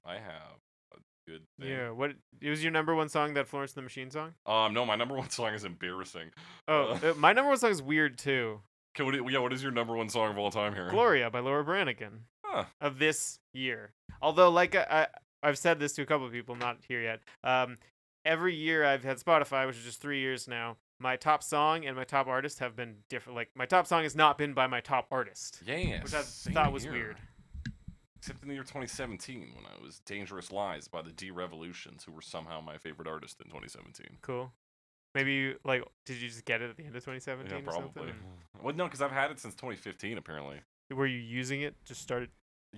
A: I have a good thing.
B: Yeah. What? It was your number one song, that Florence and the Machine song.
A: Um, no, my number one song is embarrassing.
B: Oh,
A: Uh.
B: uh, my number one song is weird too.
A: Okay, what, i- yeah, what is your number one song of all time here?
B: Gloria by Laura Branigan
A: Huh.
B: of this year. Although, like I, I, I've said this to a couple of people, not here yet. Um, every year I've had Spotify, which is just three years now. My top song and my top artist have been different. Like my top song has not been by my top artist,
A: Yeah,
B: which I
A: same
B: thought was
A: here.
B: weird.
A: Except in the year 2017, when I was "Dangerous Lies" by the D Revolutions, who were somehow my favorite artist in 2017.
B: Cool. Maybe you like did you just get it at the end of 2017
A: Yeah,
B: or
A: probably.
B: something?
A: Well, no, because I've had it since 2015, apparently.
B: Were you using it? Just started.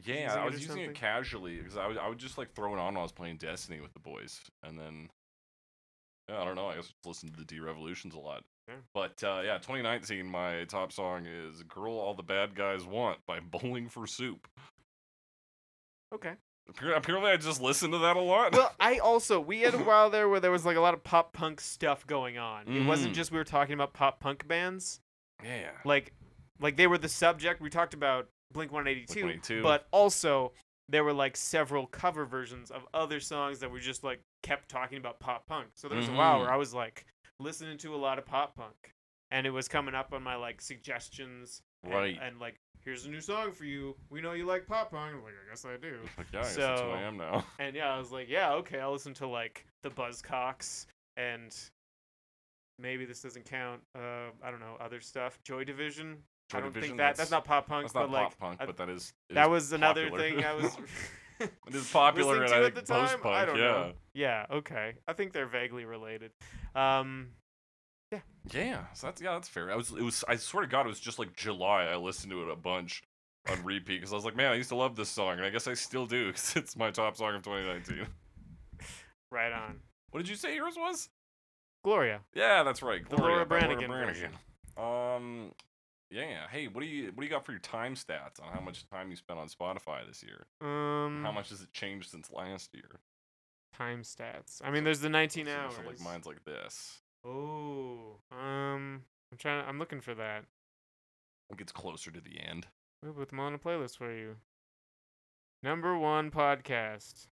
A: Yeah,
B: Using
A: I
B: it
A: was
B: or
A: using
B: something?
A: it casually because I would, I would just like throw it on while I was playing Destiny with the boys, and then yeah, I don't know. I guess I just listened to the D Revolutions a lot.
B: Yeah.
A: But uh, yeah, 2019, my top song is "Girl All the Bad Guys Want" by Bowling for Soup.
B: Okay.
A: Appar- Apparently, I just listened to that a lot.
B: Well, I also we had a while there where there was like a lot of pop punk stuff going on. It wasn't
A: Mhm.
B: just we were talking about pop punk bands,
A: yeah.
B: like like they were the subject. We talked about Blink 182,
A: 182.
B: but also there were like several cover versions of other songs that were just like kept talking about pop punk. So there was a while
A: Mhm.
B: where I was like listening to a lot of pop punk, and it was coming up on my like suggestions. and-
A: Right.
B: And, like, here's a new song for you. We know you like pop punk. I'm like, I guess I do.
A: Like, yeah, I guess that's who I
B: So-
A: am now.
B: And yeah, I was like, yeah, okay, I'll listen to like the Buzzcocks and maybe this doesn't count. Uh, I don't know other stuff. Joy Division.
A: Joy
B: I don't
A: Division,
B: think that that's, not pop punk,
A: that's not
B: but like
A: pop punk,
B: I-
A: but that is it
B: that
A: is
B: was another
A: popular.
B: thing I was.
A: it is popular
B: listening
A: and
B: to
A: I
B: at
A: think
B: the time?
A: post punk.
B: I don't
A: yeah.
B: know. yeah. Okay. I think they're vaguely related. Um.
A: Yeah, so that's yeah, that's fair. I was it was I swear to God, it was just like July. I listened to it a bunch on repeat because I was like, man, I used to love this song, and I guess I still do because it's my top song of 2019.
B: Right on.
A: what did you say yours was?
B: Gloria.
A: Yeah, that's right.
B: The
A: Gloria
B: Laura
A: by
B: Branigan version.
A: Um, yeah. Hey, what do you what do you got for your time stats on how much time you spent on Spotify this year?
B: Um.
A: How much has it changed since last year?
B: time stats? I mean, there's the 19
A: So-
B: hours.
A: so, like mine's like this.
B: Oh. Um. I'm trying. I'm looking for that.
A: It gets closer to the end.
B: We'll put them on a playlist for you. Number one podcast.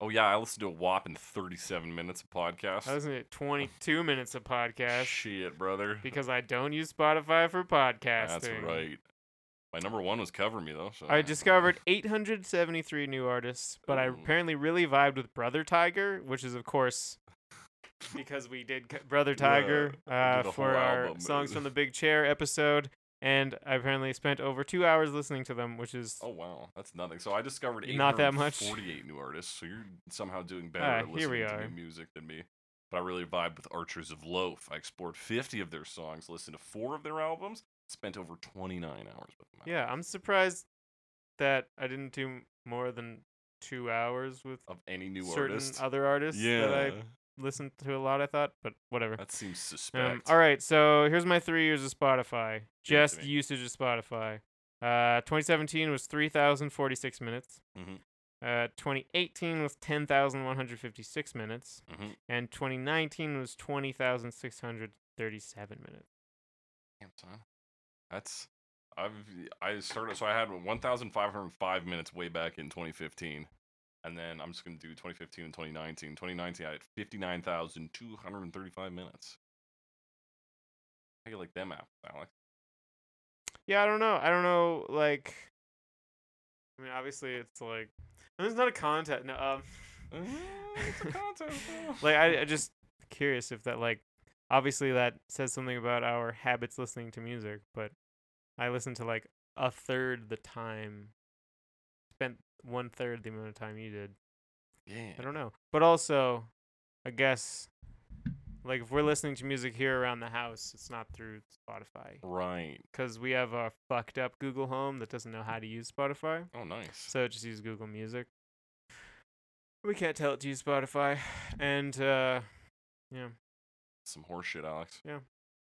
A: Oh yeah, I listened to a whopping 37 minutes of podcast.
B: I listen to 22 minutes of podcast
A: Shit, brother.
B: because I don't use Spotify for podcasting.
A: That's right. My number one was Cover Me though. So.
B: I discovered 873 new artists, but I
A: Ooh.
B: apparently really vibed with Brother Tiger, which is of course because we did co- Brother Tiger
A: Yeah, we did
B: uh,
A: a
B: for
A: whole
B: our
A: album.
B: songs from the Big Chair episode, and I apparently spent over two hours listening to them, which is
A: Oh wow, that's nothing. So I discovered
B: Not that much.
A: 48 new artists. So you're somehow doing better
B: Ah,
A: at
B: here we
A: listening to
B: are.
A: new music than me. But I really vibed with Archers of Loaf. I explored 50 of their songs, listened to four of their albums, spent over 29 hours with them.
B: yeah. I'm surprised that I didn't do m- more than two hours with
A: Of any new
B: certain
A: artist.
B: other artists
A: yeah.
B: that I listened to a lot. I thought, but whatever.
A: That seems suspect.
B: Um, all right, so here's my three years of Spotify.
A: Give it to
B: Just
A: me.
B: usage of Spotify. Uh, 2017 was 3,046 minutes.
A: Mhm.
B: Uh, 2018 was 10,156 minutes.
A: Mhm.
B: And 2019 was 20,637 minutes.
A: Damn, son. That's I've I started so I had 1,505 minutes way back in 2015, and then I'm just gonna do 2015 and 2019. 2019 I had 59,235 minutes. How you like them out, Alex?
B: Yeah, I don't know. I don't know, like. I mean, obviously, it's like. There's not a content. No, um.
A: Uh, it's a uh, contest, though.
B: like I, I just curious if that like obviously that says something about our habits listening to music but i listen to like a third the time spent one third the amount of time you did
A: yeah.
B: i don't know but also i guess like if we're listening to music here around the house it's not through spotify
A: Right.
B: because we have a fucked up google home that doesn't know
A: Mm.
B: how to use spotify
A: Oh, nice.
B: so it just uses Google Music. We can't tell it to use Spotify. And uh yeah.
A: Some horse shit, Alex.
B: Yeah.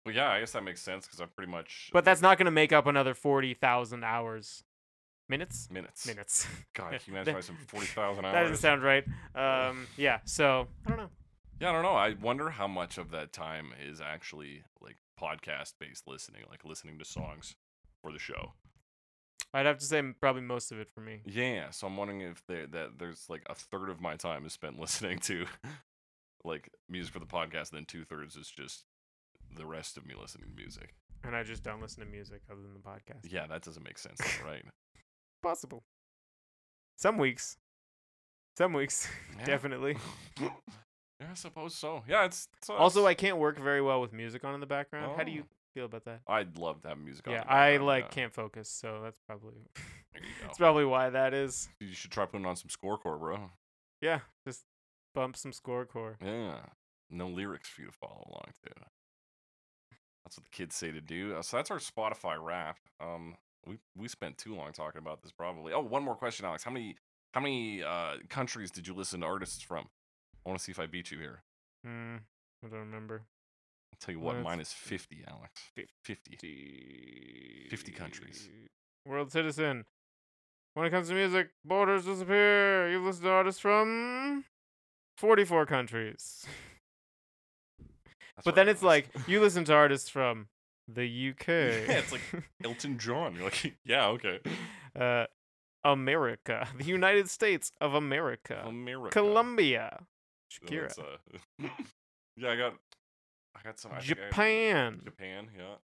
A: Well, yeah, I guess that makes sense because I pretty much
B: But that's not gonna make up another forty thousand hours. Minutes?
A: minutes.
B: Minutes.
A: God, can you imagine if I some 40,000 hours?
B: that doesn't sound right. Um yeah, so I don't know.
A: Yeah, I don't know. I wonder how much of that time is actually like podcast based listening, like listening to songs for the show.
B: I'd have to say m- probably most of it for me.
A: Yeah, so I'm wondering if there that there's like a third of my time is spent listening to like music for the podcast, and then two thirds is just the rest of me listening to music.
B: And I just don't listen to music other than the podcast.
A: Yeah, that doesn't make sense, though, right?
B: Possible. Some weeks. Some weeks,
A: Yeah.
B: definitely.
A: yeah, I suppose so. Yeah, it's, it's
B: Also, I can't work very well with music on in the background. How do
A: Oh.
B: you feel about that?
A: I'd love to have music. on
B: Yeah,
A: in the
B: I
A: background,
B: like
A: yeah.
B: can't focus, so that's probably
A: There you
B: that's
A: go.
B: probably why that is.
A: You should try putting on some scorecore, bro.
B: Yeah, just bump some scorecore.
A: Yeah. No lyrics for you to follow along to. That's what the kids say to do. Uh, So that's our Spotify wrap. Um, we we spent too long talking about this probably. Oh, one more question, Alex. How many how many uh, countries did you listen to artists from? I want to see if I beat you here.
B: Hmm, I don't remember.
A: I'll tell you what,
B: Let's-
A: mine is fifty, Alex.
B: Fif-
A: Fifty. 50 countries.
B: World citizen. When it comes to music, borders disappear. You've listened to artists from 44 countries.
A: That's
B: but
A: right,
B: then it's like
A: Alex.
B: you listen to artists from the UK.
A: Yeah, it's like- Elton John. You're like, yeah, okay.
B: uh, America, the United States of America,
A: America.
B: Colombia,
A: Oh,
B: Shakira,
A: that's, uh, yeah, I got I got some I think I-
B: Japan,
A: Japan, yeah.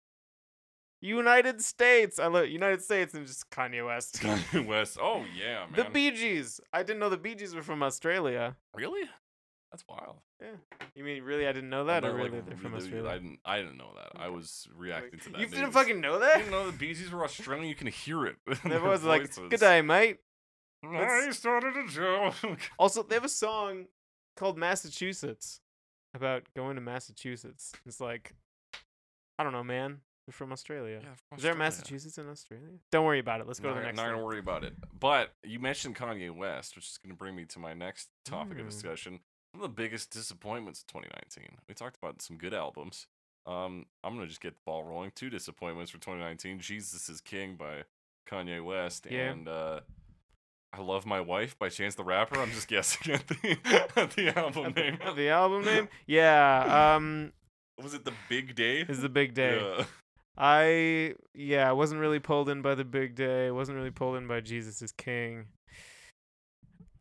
B: United States. I love United States and just Kanye West.
A: Kanye West. Oh yeah, man.
B: the Bee Gees. I didn't know the Bee Gees were from Australia.
A: Really? That's wild.
B: You mean really? I didn't know
A: I
B: that, or
A: never, like,
B: really they're from
A: really- I
B: Australia?
A: didn't. I didn't know that. I
B: Okay.
A: was reacting to that.
B: you didn't
A: news.
B: fucking know
A: I
B: that?
A: didn't know the Bee Gees were Australian. You can hear it. in their
B: That was like,
A: voices.
B: good day, mate.
A: I
B: That's-
A: started a joke.
B: Also, they have a song called Massachusetts about going to Massachusetts. It's like, I don't know, man. They're from Australia.
A: Yeah, from
B: Is there a
A: Australia.
B: Massachusetts in Australia? Don't worry about it. Let's go
A: not,
B: to the next
A: Not
B: one.
A: gonna worry about it. But you mentioned Kanye West, which is gonna bring me to my next topic of
B: Ooh.
A: discussion. One of the biggest disappointments of 2019. We talked about some good albums. Um, I'm gonna just get the ball rolling. Two disappointments for 2019: "Jesus Is King" by Kanye West
B: Yeah.
A: and uh, "I Love My Wife" by Chance the Rapper. I'm just guessing at the at the album
B: Of the-
A: name.
B: of the album name? Yeah. Um,
A: Was it the Big Day?
B: is the big day.
A: Yeah.
B: I yeah, I wasn't really pulled in by the big day. wasn't really pulled in by Jesus is King.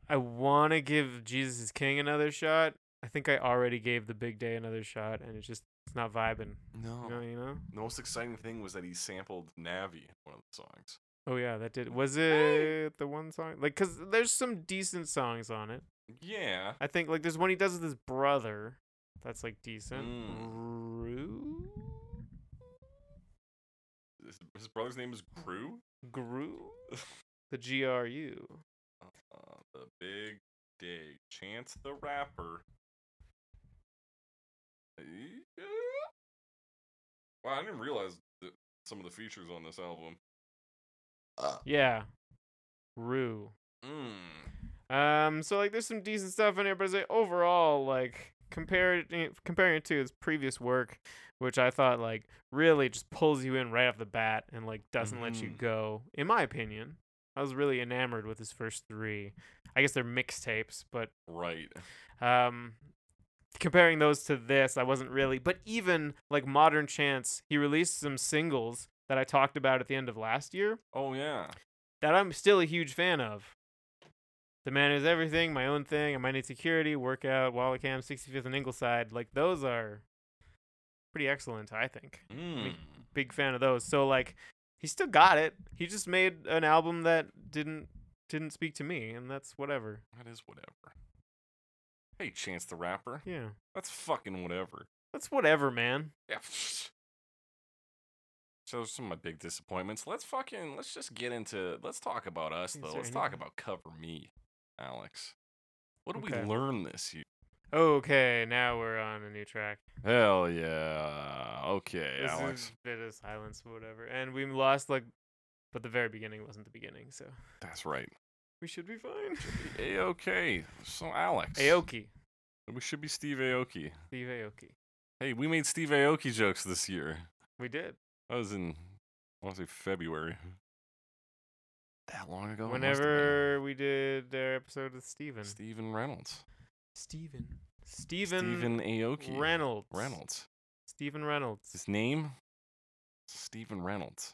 B: I want to give Jesus is King another shot. I think I already gave the big day another shot, and it just It's not vibing.
A: No.
B: You know, you know?
A: The most exciting thing was that he sampled Navi in one of the songs.
B: Oh yeah, that did. Was
A: Hey.
B: it the one song? Like, cause there's some decent songs on it.
A: Yeah.
B: I think like there's one he does with his brother. That's like decent.
A: Mm.
B: Rue?
A: His, his brother's name is Gru?
B: Gru? The G R U.
A: Uh, the Big Dig. Chance the Rapper. Yeah. Wow, I didn't realize that some of the features on this album.
B: Yeah. Rue.
A: Mm.
B: Um, so like there's some decent stuff in here, but as I overall like compare it- eh, comparing it to his previous work, which I thought like really just pulls you in right off the bat and like doesn't let you
A: Mhm.
B: go. In my opinion, I was really enamored with his first three. I guess they're mixtapes, but
A: Right.
B: um comparing those to this i wasn't really but even like modern chance he released some singles that i talked about at the end of last year
A: Oh, yeah.
B: that i'm still a huge fan of the man is everything my own thing and my need security workout wallacam 65th and ingleside like those are pretty excellent i think
A: Mm.
B: big fan of those so like he still got it he just made an album that didn't didn't speak to me and that's whatever
A: That is whatever. Hey, Chance the Rapper.
B: yeah
A: That's fucking whatever.
B: that's whatever man
A: Yeah. So those are some of my big disappointments. Let's fucking let's just get into let's talk about us
B: Is
A: though.
B: there
A: Let's talk
B: anything-
A: about cover me, Alex. What did
B: Okay.
A: we learn this year?
B: Okay, now we're on a new track.
A: Hell yeah. Okay,
B: this
A: Alex.
B: is a bit of silence, whatever. And we lost like, but the very beginning wasn't the beginning, so
A: That's right.
B: we should be fine.
A: A okay. So Alex.
B: Aoki,
A: We should be Steve Aoki.
B: Steve Aoki.
A: Hey, we made Steve Aoki jokes this year.
B: We did.
A: That was in I want to say February. That long ago. it must have been.
B: Whenever we did our episode with Steven.
A: Steven Reynolds.
B: Steven. Steven.
A: Steven Aoki.
B: Reynolds.
A: Reynolds.
B: Steven Reynolds.
A: His name? Steven Reynolds.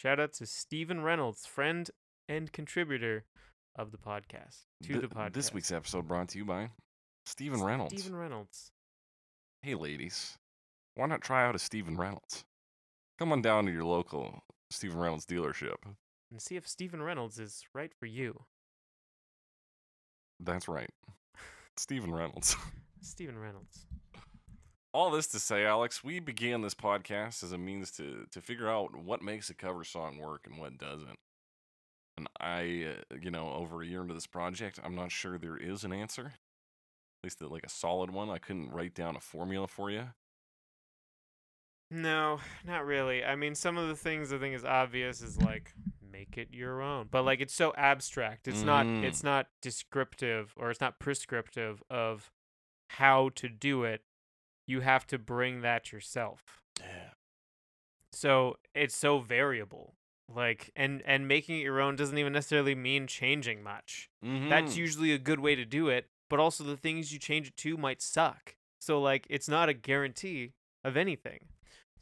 B: Shout out to Steven Reynolds, friend and contributor of the podcast. To
A: Th-
B: the podcast.
A: This week's episode brought to you by Steven Reynolds.
B: Steven Reynolds.
A: Hey, ladies. Why not try out a Steven Reynolds? Come on down to your local Steven Reynolds dealership.
B: And see if Steven Reynolds is right for you.
A: That's right. Steven Reynolds.
B: Steven Reynolds.
A: All this to say, Alex, we began this podcast as a means to to figure out what makes a cover song work and what doesn't. And I, uh, you know, over a year into this project, I'm not sure there is an answer, at least uh, like a solid one. I couldn't write down a formula for you.
B: No, not really. I mean, some of the things I think is obvious is like make it your own, but like it's so abstract. It's not.
A: Mm.
B: It's not descriptive or it's not prescriptive of how to do it. You have to bring that yourself.
A: Yeah.
B: So it's so variable. Like and and making it your own doesn't even necessarily mean changing much.
A: Mm-hmm. Mm.
B: That's usually a good way to do it, but also the things you change it to might suck. So like it's not a guarantee of anything.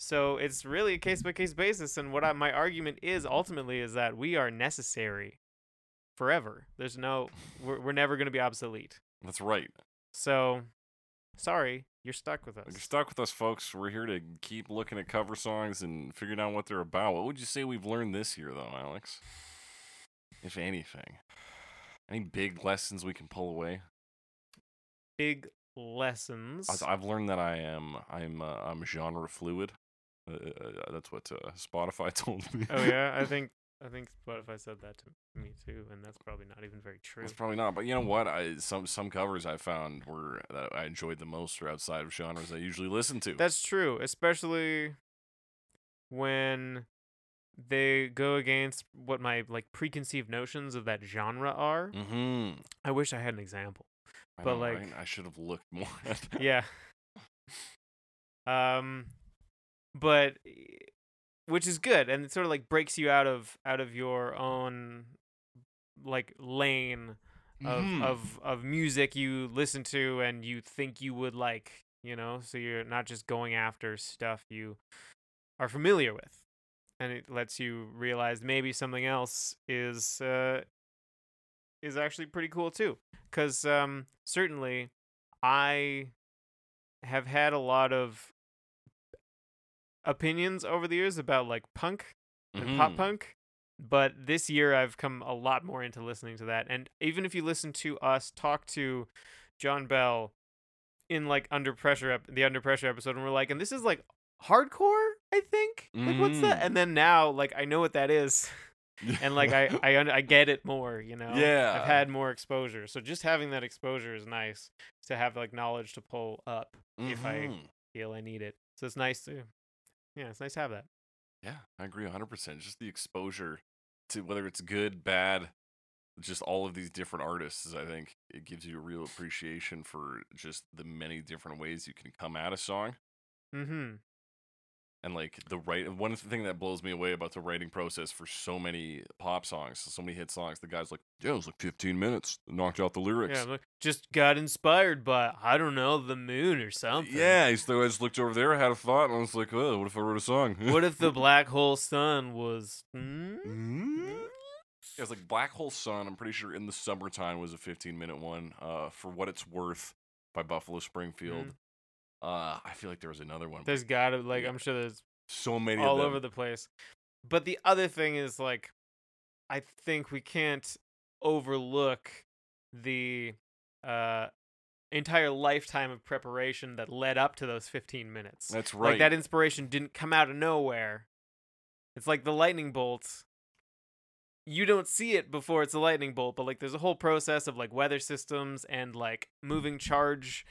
B: So it's really a case by case basis and what I, my argument is ultimately is that we are necessary forever. There's no we're, we're never going to be obsolete.
A: That's right.
B: So sorry, you're stuck with us.
A: If You're stuck with us, folks. We're here to keep looking at cover songs and figuring out what they're about. What would you say we've learned this year, though, Alex? If anything, any big lessons we can pull away?
B: Big lessons.
A: I- I've learned that I am I'm uh, I'm genre fluid. Uh, uh, uh, that's what uh, Spotify told me.
B: oh yeah, I think I think Spotify said that to me too and that's probably not even very true.
A: it's probably not. But you know what? I some some covers I found were that I enjoyed the most are outside of genres I usually listen to.
B: That's true, especially when they go against what my like preconceived notions of that genre are.
A: hmm
B: I wish I had an example. But, like-
A: I should have looked more. At
B: yeah. Um but i- which is good and it sort of like breaks you out of out of your own like lane of
A: Mhm.
B: of of music you listen to and you think you would like, you know, so you're not just going after stuff you are familiar with. And it lets you realize maybe something else is uh is actually pretty cool too cuz um certainly I have had a lot of opinions over the years about like punk and pop
A: Mhm.
B: punk, but this year I've come a lot more into listening to that. And even if you listen to us talk to John Bell in like Under Pressure, ep- the Under Pressure episode, and we're like, and this is like hardcore, I think. Like, what's that?
A: Mm.
B: And then now, like, I know what that is, and like, I I, un- I get it more, you know.
A: Yeah.
B: I've had more exposure, so just having that exposure is nice to have like knowledge to pull up. if I-
A: Mhm.
B: Feel I need it, so it's nice to, yeah, it's nice to have that.
A: Yeah, I agree 100%. Just the exposure to whether it's good, bad, just all of these different artists, I think it gives you a real appreciation for just the many different ways you can come at a song.
B: Mm-hmm.
A: And like the right one thing that blows me away about the writing process for so many pop songs, so many hit songs, the guy's like, Yeah, it was like 15 minutes, knocked out the lyrics.
B: Yeah, look, just got inspired by I don't know the moon or something.
A: Yeah, he's so I just looked over there, had a thought, and I was like, oh, what if I wrote a song?
B: what if the black hole sun was? Hmm?
A: Mm. Yeah, it's like Black Hole Sun. I'm pretty sure in the summertime was a 15 minute one. Uh, for what it's worth, by Buffalo Springfield. Uh, I feel like there was another one. but
B: Mm-hmm. There's gotta like
A: Yeah.
B: I'm sure there's
A: so many
B: all
A: of them.
B: over the place. But the other thing is like, I think we can't overlook the uh entire lifetime of preparation that led up to those 15 minutes.
A: That's right.
B: Like that inspiration didn't come out of nowhere. It's like the lightning bolts. You don't see it before it's a lightning bolt, but like there's a whole process of like weather systems and like moving charge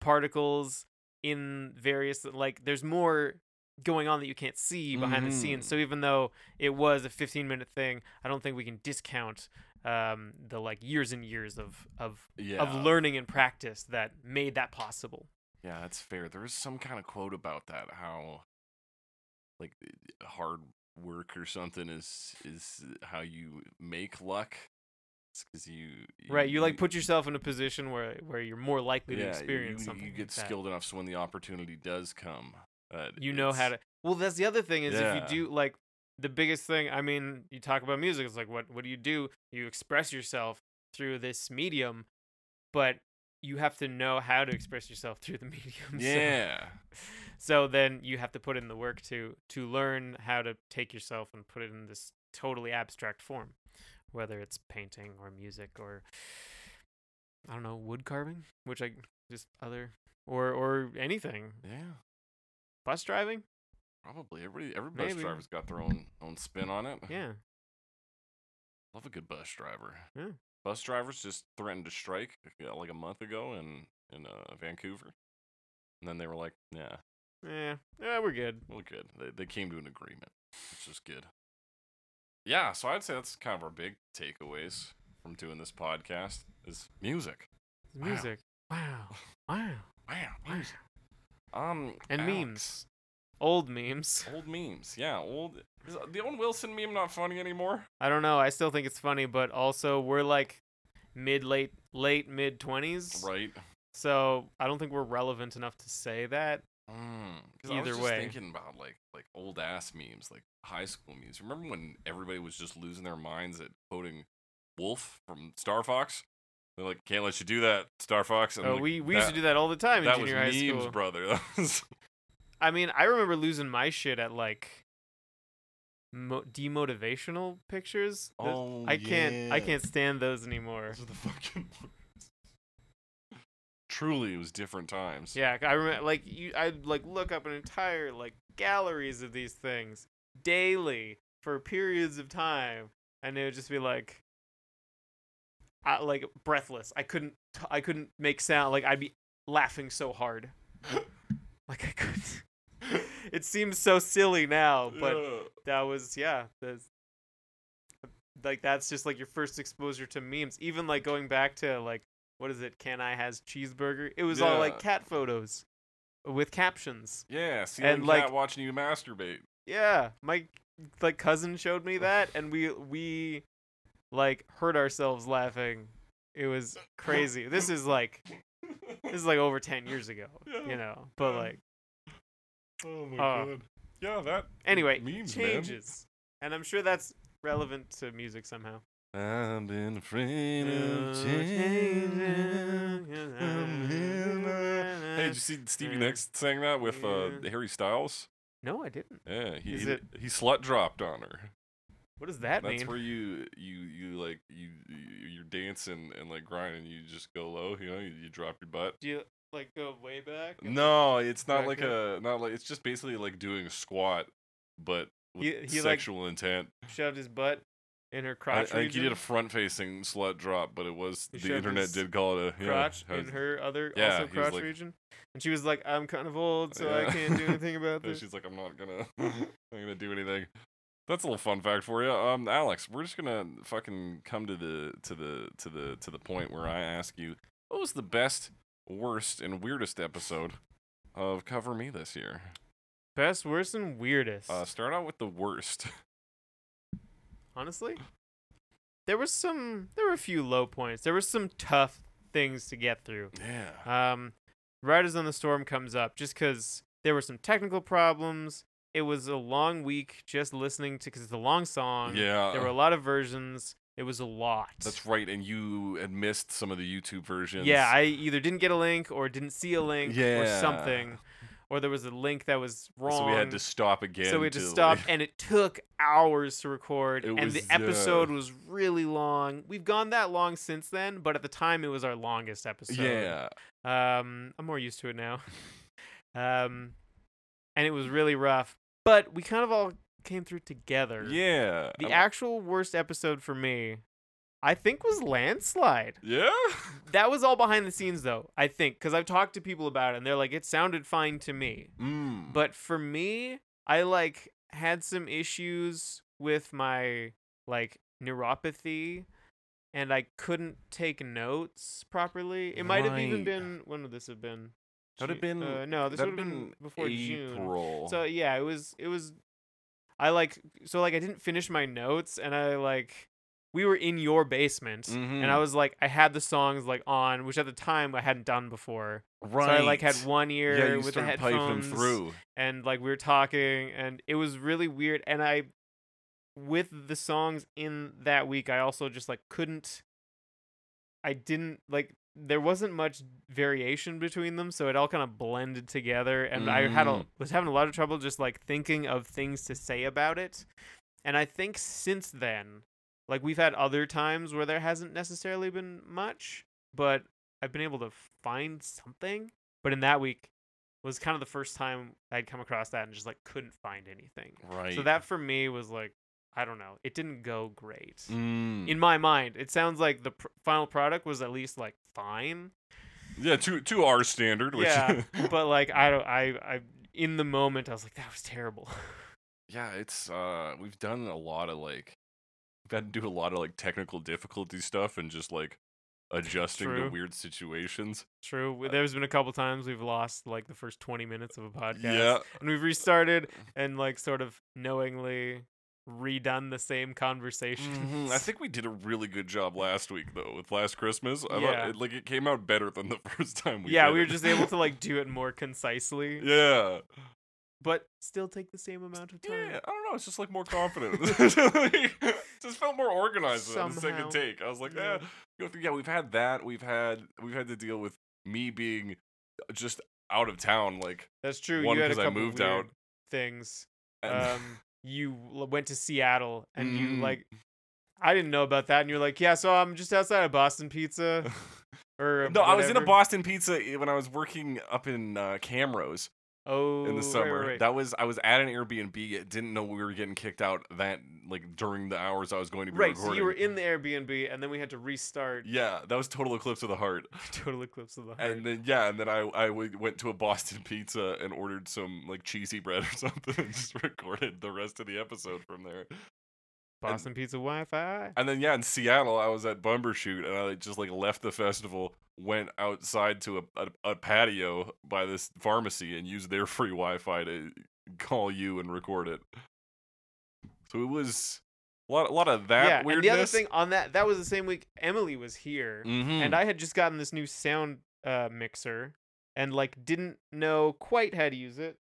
B: particles in various like there's more going on that you can't see behind the scenes.
A: Mhm.
B: So even though it was a 15 minute thing, I don't think we can discount um the like years and years of of
A: yeah.
B: of learning and practice that made that possible.
A: yeah, that's fair. There was some kind of quote about that. How like uh, hard work or something is is how you make luck. It's because you,
B: Right, you like put yourself in a position where where you're more likely to
A: yeah,
B: experience
A: you,
B: something.
A: You
B: like
A: get
B: that.
A: skilled enough so when the opportunity does come, uh,
B: You know how
A: it's-
B: to. Well, that's the other thing is
A: Yeah.
B: if you do like the biggest thing. I mean, you talk about music. It's like what what do you do? You express yourself through this medium, but you have to know how to express yourself through the medium.
A: Yeah.
B: So, so then you have to put in the work to to learn how to take yourself and put it in this totally abstract form, whether it's painting or music or I don't know wood carving, which I just other or or anything
A: Yeah.
B: bus driving.
A: Probably everybody every bus
B: Maybe.
A: driver's got their own own spin on it.
B: Yeah.
A: Love a good bus driver.
B: Yeah.
A: Bus drivers just threatened to strike uh, like a month ago in in uh, Vancouver. And then they were like, "Nah,
B: Yeah, yeah, we're good.
A: we're good." They they came to an agreement, which is good. Yeah, so I'd say that's kind of our big takeaways from doing this podcast is music.
B: It's
A: Wow.
B: music. Wow. Wow.
A: Man,
B: Music.
A: um,
B: And
A: Alex,
B: memes. Old memes.
A: old memes, yeah, old. Is uh, the old Wilson meme not funny anymore?
B: I don't know. I still think it's funny, but also we're like mid late late mid 20s.
A: Right.
B: So, I don't think we're relevant enough to say that.
A: Mm, 'cause I was
B: Either
A: just
B: way.
A: thinking about like like old ass memes, like high school memes. Remember when everybody was just losing their minds at quoting Wolf from Star Fox? They're like, "Can't let you do that, Star Fox." And
B: Uh,
A: like,
B: we we used to do that all the time in
A: That was
B: junior high
A: memes,
B: school.
A: brother. That was-
B: I mean, I remember losing my shit at like mo- demotivational pictures. Th-
A: oh,
B: I can't I
A: yeah.
B: can't stand those anymore.
A: Those are the fucking worst. Truly, it was different times.
B: Yeah, I remember like you I'd like look up an entire like galleries of these things daily for periods of time and it would just be like I, like breathless. I couldn't t- I couldn't make sound like I'd be laughing so hard. like I could It seems so silly now, but
A: Yeah.
B: that was yeah that's like that's just like your first exposure to memes even like going back to like what is it can i has cheeseburger it was all
A: Yeah.
B: like cat photos with captions
A: yeah, see,
B: And,
A: and
B: like-
A: like watching you masturbate.
B: yeah my like cousin showed me that and we we like hurt ourselves laughing it was crazy this is like this is like over 10 years ago
A: Yeah,
B: you know but
A: yeah.
B: like
A: Oh my
B: Uh,
A: god. Yeah, that
B: anyway
A: memes, man.
B: changes and i'm sure that's relevant to music somehow
A: I've been afraid of changes. Hey, did you
B: Hey,
A: see Stevie Nicks sang that with uh,
B: Yeah.
A: Harry Styles?
B: No, I didn't.
A: Yeah, he
B: Is
A: he,
B: it-
A: he slut dropped on her.
B: What does that
A: That's
B: mean?
A: where you you you like you you- you're dancing and like grinding. You just go low, you know. You, you drop your butt.
B: Do you like go way back? and-
A: No, it's not
B: back
A: like a not like it's just basically like doing a squat, but with
B: He- he, like,
A: sexual intent.
B: Shoved his butt in
A: I,
B: her
A: I
B: crotch.
A: think he did a
B: region?
A: front facing slut drop, but it was
B: He
A: the
B: shoved
A: internet
B: his
A: did call it a yeah,
B: crotch
A: I
B: in
A: was-
B: her other
A: Yeah, he
B: also
A: was
B: crotch
A: like-
B: region, and she was like, "I'm kind of old, so
A: Yeah.
B: I can't do anything about
A: And
B: this."
A: she's like, I'm not gonna, I'm gonna do anything. That's a little fun fact for you, um, Alex. We're just gonna fucking come to the to the to the to the point where I ask you, what was the best, worst, and weirdest episode of Cover Me this year?
B: Best, worst, and weirdest.
A: Uh, start out with the worst.
B: honestly, there was some. There were a few low points. There were some tough things to get through.
A: Yeah.
B: Um, Riders on the Storm comes up just because there were some technical problems. It was a long week just listening to because it's a long song.
A: Yeah.
B: There were a lot of versions. It was a lot.
A: That's right, and you had missed some of the YouTube versions.
B: Yeah, I either didn't get a link or didn't see a link or
A: Yeah.
B: something, or there was a link that was wrong.
A: So we had to stop again.
B: So we had to
A: to-
B: stop, and it took hours to record,
A: It
B: and the
A: was, uh,
B: episode was really long. We've gone that long since then, but at the time it was our longest episode.
A: yeah.
B: Um, I'm more used to it now. um, and it was really rough, but we kind of all came through together.
A: Yeah.
B: The
A: I'm-
B: actual worst episode for me, I think, was landslide.
A: Yeah.
B: That was all behind the scenes, though. I think because I've talked to people about it, and they're like, it sounded fine to me.
A: Mm.
B: But for me, I like had some issues with my like neuropathy and I couldn't take notes properly. It might have even
A: Right.
B: been when would this have been?
A: That would've
B: Ju-
A: been-
B: uh, no, this
A: that'd
B: would have
A: have
B: been, before June.
A: April.
B: So yeah, it was it was I like so like I didn't finish my notes and I like we were in your basement and I
A: Mhm.
B: was like I had the songs like on, which at the time I hadn't done before. So I like had
A: Right.
B: one ear
A: yeah, you
B: with the
A: started
B: headphones
A: piping through.
B: and like we were talking and it was really weird and i with the songs in that week i also just like couldn't i didn't like there wasn't much variation between them so it all kind of blended together and i had a
A: Mm.
B: was having a lot of trouble just like thinking of things to say about it and i think since then like we've had other times where there hasn't necessarily been much but i've been able to find something but in that week was kind of the first time I'd come across that and just like couldn't find anything.
A: Right.
B: So that for me was like, I don't know, it didn't go great.
A: Mm.
B: In my mind, it sounds like the pr- final product was at least like fine,
A: yeah, to to our standard. Which
B: Yeah, but like I don't, I, I, in the moment, I was like, that was terrible.
A: yeah, it's uh, we've done a lot of like, we've had to do a lot of like technical difficulty stuff and just like adjusting to
B: True.
A: weird situations.
B: True.
A: Uh
B: w- There's been a couple times we've lost like the first 20 minutes of a podcast,
A: Yeah.
B: and we've restarted and like sort of knowingly redone the same conversations.
A: Mhm. I Mm-hmm, think we did a really good job last week though with last Christmas. I
B: Yeah.
A: thought it, like it came out better than the first time we.
B: yeah,
A: did
B: we were
A: it.
B: just able to like do it more concisely.
A: yeah.
B: but still take the same amount of time.
A: Yeah, I don't know. It's just like more confident. just felt more organized on the
B: Somehow.
A: second take. I was like,
B: Yeah.
A: yeah. yeah, we've had that. We've had we've had to deal with me being just out of town. Like,
B: That's true.
A: One,
B: you had a
A: 'cause I
B: couple
A: moved
B: weird
A: out.
B: things.
A: and-
B: Um, you l- went to Seattle and you
A: Mm.
B: like, I didn't know about that, and you're like, yeah, so I'm just outside of Boston Pizza or
A: no, I was in a
B: Um, whatever."
A: Boston Pizza i- when I was working up in uh, Camrose
B: oh
A: in the
B: right,
A: summer.
B: right, right.
A: That was I was at an Airbnb. It didn't know we were getting kicked out that like during the hours I was going to be
B: right.
A: recording.
B: So you were in the Airbnb, and then we had to restart.
A: yeah, that was total eclipse of the heart.
B: Total Eclipse of the Heart.
A: And then yeah, and then I I w- went to a Boston Pizza and ordered some like cheesy bread or something and just recorded the rest of the episode from there.
B: Boston Pizza Wi-Fi.
A: And then yeah, in Seattle I was at Bumbershoot and I like, just like left the festival, went outside to a, a a patio by this pharmacy and used their free Wi-Fi to call you and record it. So it was a lot a lot of that
B: yeah, and
A: weirdness.
B: the other thing on that that was the same week Emily was here.
A: Mhm.
B: and I had just gotten this new sound uh, mixer and like didn't know quite how to use it.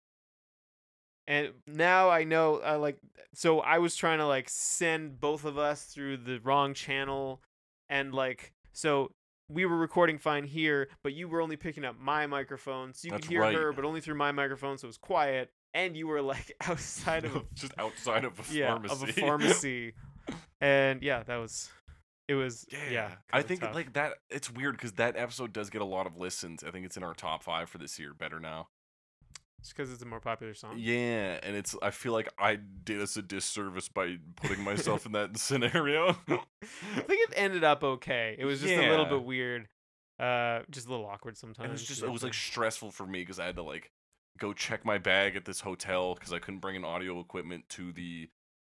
B: And now I know uh, like so I was trying to like send both of us through the wrong channel and like so we were recording fine here, but you were only picking up my microphone, so you
A: That's
B: could hear
A: right.
B: her, but only through my microphone, so it was quiet. and you were like outside of a,
A: just outside of a
B: yeah
A: pharmacy.
B: of a pharmacy, and yeah, that was it was yeah.
A: I
B: kinda
A: think
B: tough.
A: like that. It's weird because that episode does get a lot of listens. I think it's in our top five for this year. Better now.
B: just because it's a more popular song.
A: Yeah, and it's. I feel like I did us a disservice by putting myself in that scenario.
B: Oh, I think it ended up okay. It was just a little
A: Yeah.
B: bit weird, uh, just a little awkward sometimes.
A: it was just.
B: yeah,
A: It was like
B: but-
A: stressful for me because I had to like go check my bag at this hotel because I couldn't bring an audio equipment to the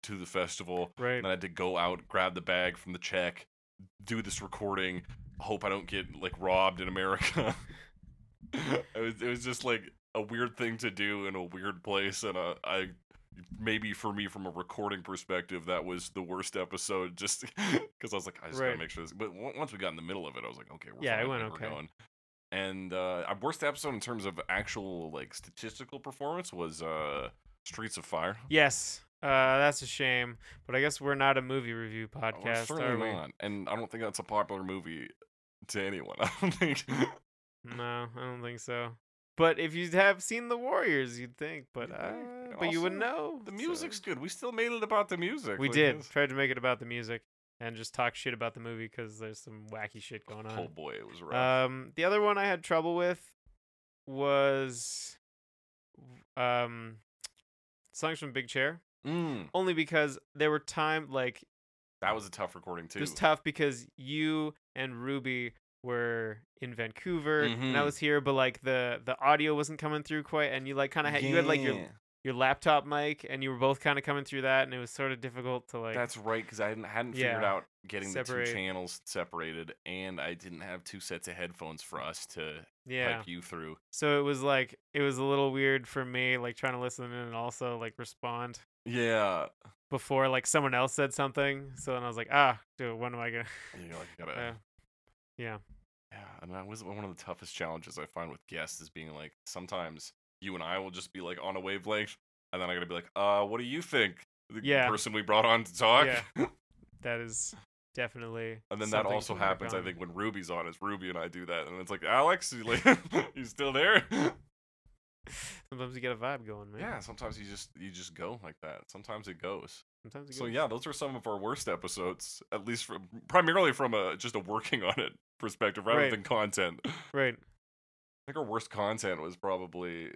A: to the festival.
B: right.
A: And I had to go out, grab the bag from the check, do this recording, hope I don't get like robbed in America. it was it was just like a weird thing to do in a weird place and uh, I maybe for me from a recording perspective that was the worst episode just cuz I was like I just got to
B: Right.
A: make sure this but on- once we got in the middle of it I was like okay we're
B: Yeah, it
A: fine,
B: went
A: like, we're
B: okay.
A: going. And uh our worst episode in terms of actual like statistical performance was uh Streets of Fire.
B: Yes. Uh, that's a shame, but I guess we're not a movie review
A: Well,
B: podcast, are
A: Oh, certainly
B: we?
A: not. And I don't think that's a popular movie to anyone. I don't think.
B: No, I don't think so. But if you have seen The Warriors, you'd think, but
A: You'd
B: uh,
A: think, and
B: but you wouldn't
A: also,
B: know.
A: The
B: so-
A: music's good. We still made it about the music.
B: We
A: like,
B: did
A: it's-
B: tried to make it about the music and just talk shit about the movie because there's some wacky shit going
A: Oh
B: on.
A: boy, it was rough.
B: Um, the other one I had trouble with was um songs from Big Chair,
A: Mm,
B: only because there were time like
A: that was a tough recording too.
B: it was tough because you and Ruby were in Vancouver and I
A: Mhm.
B: was here, but like the the audio wasn't coming through quite, and you like kind of had you had like your
A: Yeah.
B: your laptop mic, and you were both kind of coming through that, and it was sort of difficult to like.
A: That's right, because I hadn't, hadn't figured
B: Yeah.
A: out getting the
B: Separate.
A: two channels separated, and I didn't have two sets of headphones for us to
B: yeah.
A: pipe you through.
B: So it was like it was a little weird for me, like trying to listen and also like respond.
A: Yeah,
B: before like someone else said something. So then I was like, ah, dude, when am I gonna?
A: you know, like you gotta.
B: Yeah. Yeah.
A: Yeah, and that was one of the toughest challenges I find with guests is being like sometimes you and I will just be like on a wavelength, and then I gotta be like, uh, what do you think? The
B: Yeah.
A: person we brought on to talk.
B: Yeah. That is definitely.
A: And then that
B: something
A: also
B: to work
A: happens, I
B: on.
A: think, when Ruby's on, is Ruby and I do that, and it's like, Alex, you like, you still there?
B: Sometimes you get a vibe going, man.
A: Yeah, sometimes you just you just go like that. Sometimes it goes.
B: Sometimes. It
A: So
B: goes.
A: yeah, those are some of our worst episodes, at least from primarily from a just a working on it perspective rather
B: Right.
A: than content.
B: Right.
A: I think our worst content was probably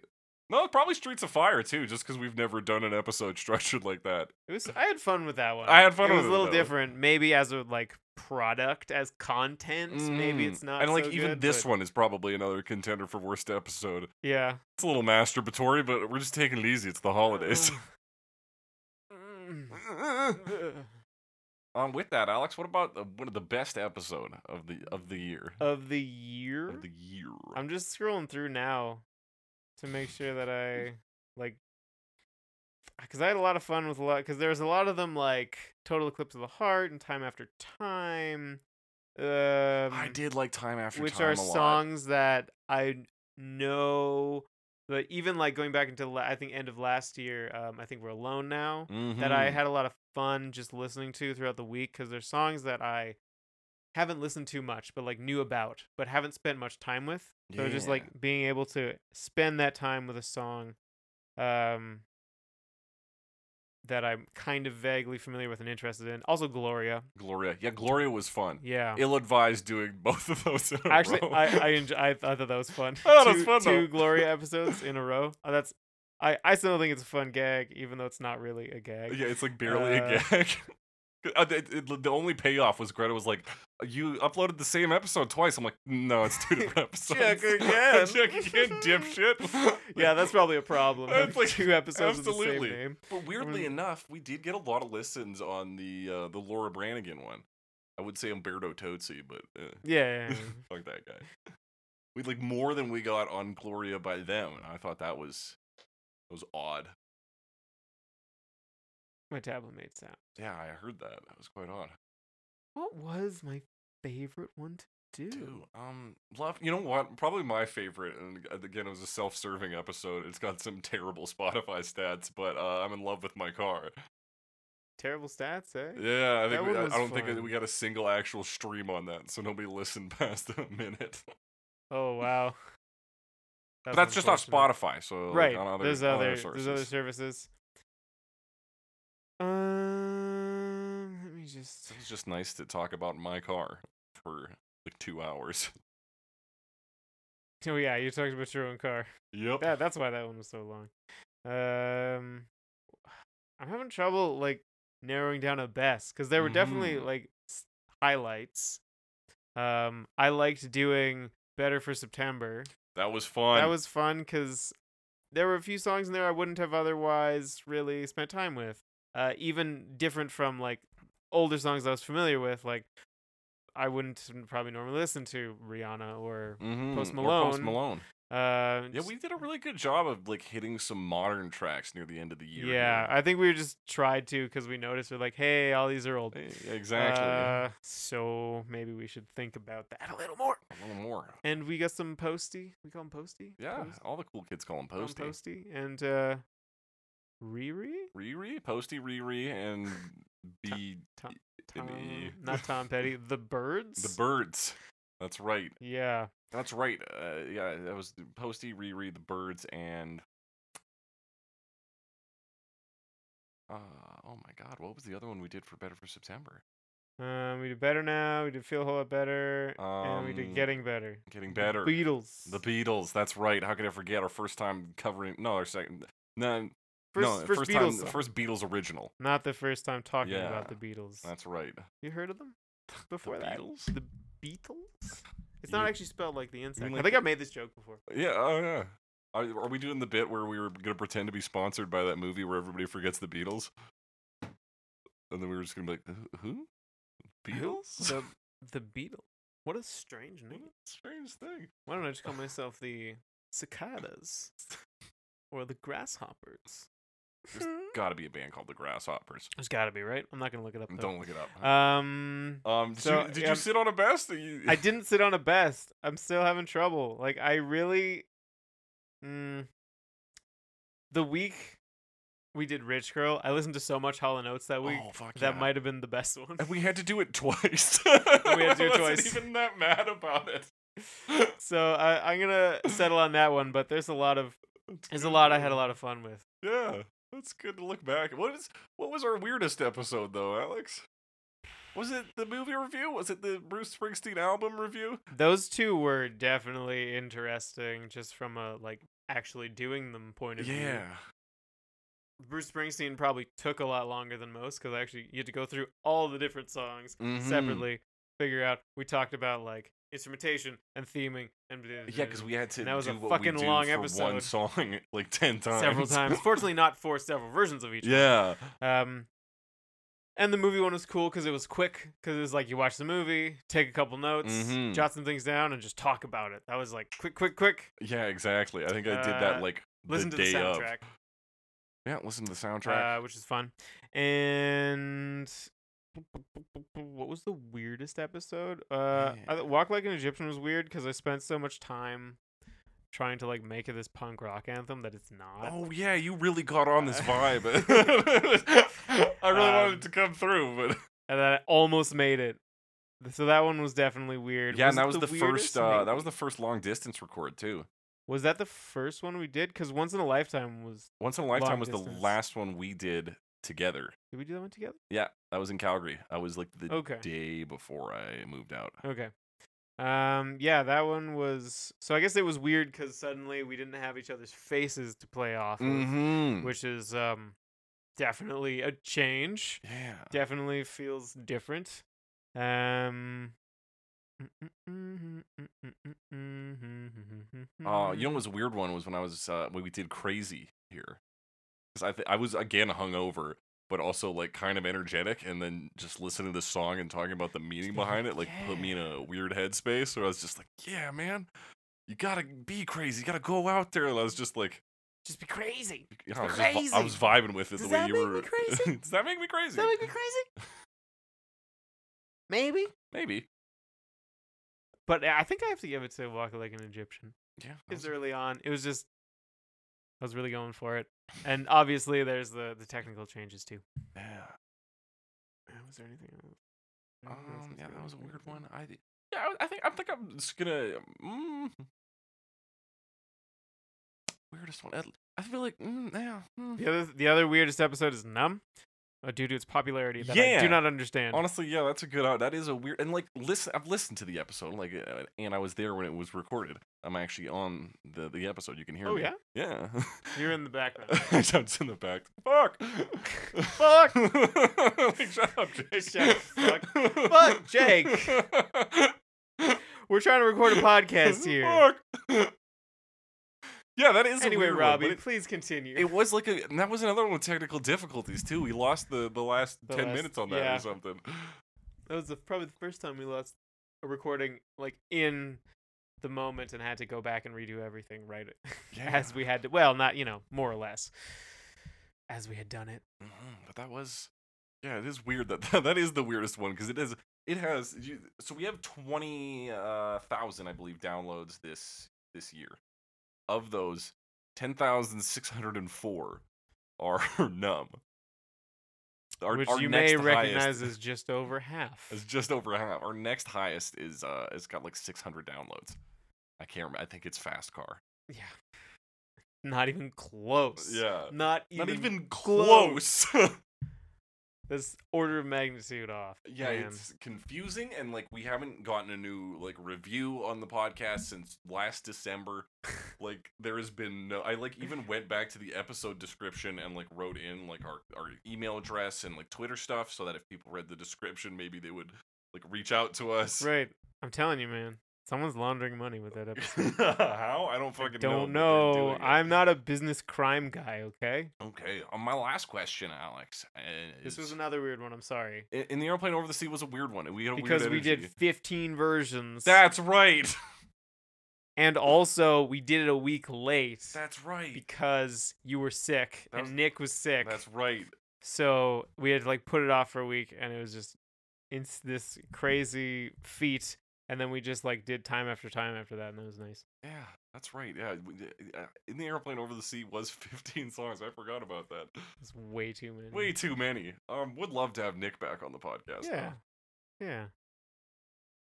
A: no, probably Streets of Fire too, just because we've never done an episode structured like that.
B: It was. I had fun with that one.
A: I had fun
B: It
A: with
B: was
A: it,
B: a little
A: though.
B: different, maybe as a like product, as content. Maybe
A: Mm.
B: it's not.
A: And like
B: so
A: even
B: good,
A: this
B: but-
A: one is probably another contender for worst episode.
B: Yeah.
A: It's a little masturbatory, but we're just taking it easy. It's the holidays.
B: Mm.
A: um, with that, Alex, what about the, one of the best episode of the of the year?
B: of the year.
A: of the year.
B: I'm just scrolling through now to make sure that I like because I had a lot of fun with a lot because there was a lot of them like Total Eclipse of the Heart and Time After Time, um,
A: I did like time after
B: which
A: time
B: are
A: a lot.
B: songs that I know. But even like going back into la- I think end of last year, um, I think we're alone now that I
A: Mhm.
B: had a lot of fun just listening to throughout the week because there's songs that I haven't listened to much, but like knew about, but haven't spent much time with. So just
A: Yeah.
B: like being able to spend that time with a song, um, that I'm kind of vaguely familiar with and interested in. Also Gloria,
A: Gloria. Yeah, Gloria was fun.
B: yeah.
A: Ill advised doing both of those. In a
B: Actually,
A: row.
B: I I, enjoy, I I thought that was fun.
A: thought it was
B: two,
A: fun, though.
B: Two Gloria episodes in a row. Oh, that's I I still think it's a fun gag, even though it's not really a gag.
A: Yeah, it's like barely
B: Uh,
A: a gag. Uh, the- it- the only payoff was Greta was like, "You uploaded the same episode twice." I'm like, "No, it's two different episodes."
B: Check again.
A: Check again, dipshit.
B: Yeah, that's probably a problem.
A: That's
B: having
A: like-
B: two episodes of the
A: absolutely.
B: same name.
A: But weirdly
B: Mm.
A: enough, we did get a lot of listens on the uh, the Laura Branigan one. I would say Umberto Tozzi, but uh,
B: Yeah, yeah, yeah.
A: fuck that guy. We like more than we got on Gloria by them, and I thought that was that was odd.
B: my tablet made sound.
A: Yeah, I heard that. That was quite odd.
B: What was my favorite one to do?
A: Dude, um, love. You know what? Probably my favorite, and ag- again, it was a self-serving episode. It's got some terrible Spotify stats, but uh, I'm in love with my car.
B: Terrible stats, eh?
A: Yeah, I
B: That
A: think we,
B: one
A: I, I
B: was
A: don't think that
B: fun.
A: we got a single actual stream on that, so nobody listened past a minute.
B: Oh wow.
A: but that's just not
B: unfortunate.
A: Spotify. So like,
B: Right.
A: on other,
B: there's
A: on
B: other,
A: sources.
B: there's other services. Um, let me just.
A: It was just nice to talk about my car for like two hours.
B: Oh yeah, you talked about your own car.
A: Yep.
B: That that's why that one was so long. Um, I'm having trouble like narrowing down a best because there were definitely
A: Mhm.
B: like s- highlights. Um, I liked doing better for September.
A: That was fun.
B: That was fun because there were a few songs in there I wouldn't have otherwise really spent time with. Uh, even different from like older songs I was familiar with, like I wouldn't probably normally listen to Rihanna or
A: Mhm,
B: Post
A: or Post
B: Malone.
A: Malone.
B: uh,
A: Yeah, we did a really good job of like hitting some modern tracks near the end of the year.
B: Yeah, I think we just tried to because we noticed we're like, hey, all these are old.
A: here. E- Exactly.
B: Uh, so maybe we should think about that a little more.
A: a little more.
B: And we got some posty. We call him posty.
A: Yeah,
B: Post-
A: all the cool kids call him
B: call 'em
A: Posty.
B: posty. And uh, Riri,
A: Riri, Posty, Riri, and B.
B: Tom-
A: and E.
B: Tom, not Tom Petty. The birds.
A: The birds. That's right.
B: Yeah.
A: That's right. Uh, yeah, that was Posty, Riri, the birds, and. Uh, oh my God! What was the other one we did for Better for September?
B: Um, we did better now. We did feel a whole lot better, and we
A: Um,
B: did getting better.
A: Getting
B: The
A: better.
B: Beatles.
A: The Beatles. That's right. How could I forget our first time covering? No, our second. No,
B: first,
A: no,
B: first,
A: first
B: Beatles.
A: time.
B: song.
A: First Beatles original.
B: Not the first time talking about
A: Yeah,
B: the Beatles.
A: That's right.
B: You heard of them before that?
A: Beatles?
B: The Beatles? It's not
A: You-
B: actually spelled like the insect.
A: like
B: I think I made this joke before.
A: Yeah. Oh yeah. Are, are we doing the bit where we were gonna pretend to be sponsored by that movie where everybody forgets the Beatles, and then we were just gonna be like, "Who- who? Beatles?
B: The the Beatles. What a strange
A: What
B: name.
A: a strange thing.
B: Why don't I just call myself the cicadas or the grasshoppers? Hmm?
A: There's gotta be a band called the Grasshoppers.
B: There's gotta be, right? I'm not gonna look it up. Though.
A: Don't look it up.
B: Um,
A: um. Did,
B: Uh, so,
A: you, did
B: yeah,
A: you sit on a best? That you,
B: I didn't sit on a best. I'm still having trouble. Like I really, mm, the week we did Rich Girl, I listened to so much Hall and Oates that week.
A: Oh fuck
B: that
A: yeah.
B: might have been the best one.
A: And we had to do it twice.
B: had to do it
A: I
B: twice.
A: Wasn't even that mad about it.
B: so I, I'm gonna settle on that one, but there's a lot of there's a lot I
A: Mm.
B: had a lot of fun with.
A: Yeah, that's good to look back. at. What is what was our weirdest episode though, Alex? Was it the movie review? Was it the Bruce Springsteen album review?
B: Those two were definitely interesting, just from a like actually doing them point of view.
A: Yeah,
B: Bruce Springsteen probably took a lot longer than most because actually you had to go through all the different songs
A: Mm-hmm.
B: separately, figure out. We talked about like instrumentation and theming and
A: Yeah, because we had to.
B: That was a
A: do what
B: fucking
A: we do
B: long
A: for One
B: episode.
A: song like ten times.
B: several times. Fortunately, not for several versions of each. one.
A: yeah.
B: Um, and the movie one was cool because it was quick. Because it was like you watch the movie, take a couple notes,
A: Mhm.
B: jot some things down, and just talk about it. That was like quick, quick, quick.
A: Yeah. Exactly. I think I did that
B: Uh,
A: like
B: Listen
A: the
B: to
A: day
B: the
A: of.
B: soundtrack,
A: Yeah. Listen to the soundtrack.
B: Uh, which is fun. And what was the weirdest episode? Uh, I th- Walk Like an Egyptian was weird because I spent so much time trying to like make it this punk rock anthem that it's not.
A: oh yeah, you really caught on this
B: Uh,
A: vibe. I really wanted
B: Um,
A: it to come through, but
B: and then I almost made it. So that one was definitely weird.
A: yeah, and
B: it
A: that was the,
B: weirdest?
A: first. Uh, that
B: Maybe.
A: was the first long distance record too.
B: Was that the first one we did? Because Once in a Lifetime was.
A: Once in a lifetime
B: Long
A: was
B: Distance.
A: the last one we did together.
B: Did we do that one together?
A: Yeah, I was in Calgary. I was like the
B: Okay.
A: day before I moved out.
B: Okay. Um. Yeah, that one was. So I guess it was weird because suddenly we didn't have each other's faces to play off, of,
A: Mm-hmm.
B: which is um, definitely a change.
A: yeah.
B: Definitely feels different. Um. Oh,
A: Uh, you know, what was a weird one was when I was uh, when we did Crazy here, 'Cause I th- I was again hungover, but also like kind of energetic, and then just listening to the song and talking about the meaning
B: Just being
A: behind it,
B: like,
A: like put me in
B: "Yeah."
A: a weird headspace where I was just like, yeah, man, you gotta be crazy, you gotta go out there, and I was just like,
B: just be crazy.
A: you know, I, was just vi- I was vibing with it
B: Does
A: the way
B: that
A: you
B: make me
A: were.
B: crazy?
A: Does that make me crazy?
B: Does that make me crazy? Maybe.
A: Maybe.
B: But I think I have to give it to Walk Like an Egyptian.
A: Yeah. that
B: It
A: was-
B: was early on. It was just I was really going for it. And obviously there's the the technical changes too.
A: yeah.
B: Uh, Was there anything else? I don't know if
A: Um,
B: that's
A: yeah,
B: the
A: that
B: only
A: was a
B: thing
A: weird
B: think.
A: one. I d- yeah, I, I think I think I'm just gonna. Mm, mm-hmm. weirdest one. At- I feel like mm, yeah. mm.
B: The other the other weirdest episode is Numb, uh, due to its popularity that I
A: Yeah.
B: do not understand.
A: Honestly, yeah, that's a good. out- That is a weird. And like, listen, I've listened to the episode, like, uh, and I was there when it was recorded. I'm actually on the the episode. You can hear
B: Oh,
A: me.
B: yeah?
A: yeah,
B: You're in the background.
A: I jumped in the back. Fuck.
B: Fuck.
A: Like, shut up, Jake.
B: Shut up, fuck. Fuck, Jake. We're trying to record a podcast here.
A: Fuck. Yeah, that is
B: Anyway,
A: a weird
B: Robbie,
A: One, but
B: please continue.
A: it, it was like a and that was another one with technical difficulties too. We lost the the last
B: The
A: ten
B: last-
A: minutes on that
B: yeah.
A: or something.
B: that was the, probably the first time we lost a recording like in the moment and had to go back and redo everything right as we had to. Well, not you know more or less as we had done it.
A: Mhm, But that was, yeah, it is weird that that is the weirdest one because it is it has you, so we have twenty uh, thousand I believe downloads this this year. Of those, ten thousand six hundred and four are numb. Our,
B: which
A: our
B: you
A: next
B: may
A: highest
B: recognize as just over half.
A: is just over half. Our next highest is uh, it's got like six hundred downloads. I can't remember. I think it's Fast Car.
B: Yeah. Not even close.
A: Yeah.
B: Not even,
A: Not even
B: close.
A: close.
B: That's order of magnitude off.
A: Yeah,
B: man.
A: it's confusing, and like we haven't gotten a new like review on the podcast since last December. like there has been no. I like even went back to the episode description and like wrote in like our our email address and like Twitter stuff, so that if people read the description, maybe they would like reach out to us.
B: right. I'm telling you, man. Someone's laundering money with that episode.
A: How I don't
B: I
A: fucking know. but they're
B: don't know.
A: doing it.
B: I'm not a business crime guy, okay?
A: okay. On my last question, Alex. uh,
B: This was
A: is-
B: another weird one. I'm sorry.
A: in, in the airplane over the sea was a weird one. We had a weird
B: Because we did
A: energy.
B: 15 versions.
A: That's right.
B: and also, we did it a week late
A: That's right.
B: because you were sick
A: That was-
B: and Nick was sick.
A: That's right.
B: So we had to like put it off for a week, and it was just it's this crazy feat. And then we just like did time after time after that, and that was nice.
A: Yeah, that's right. Yeah, we d- uh, in the airplane over the sea was 15 songs. I forgot about that.
B: It's way too many.
A: Way too many. Um, would love to have Nick back on the podcast. though.
B: Yeah. Yeah.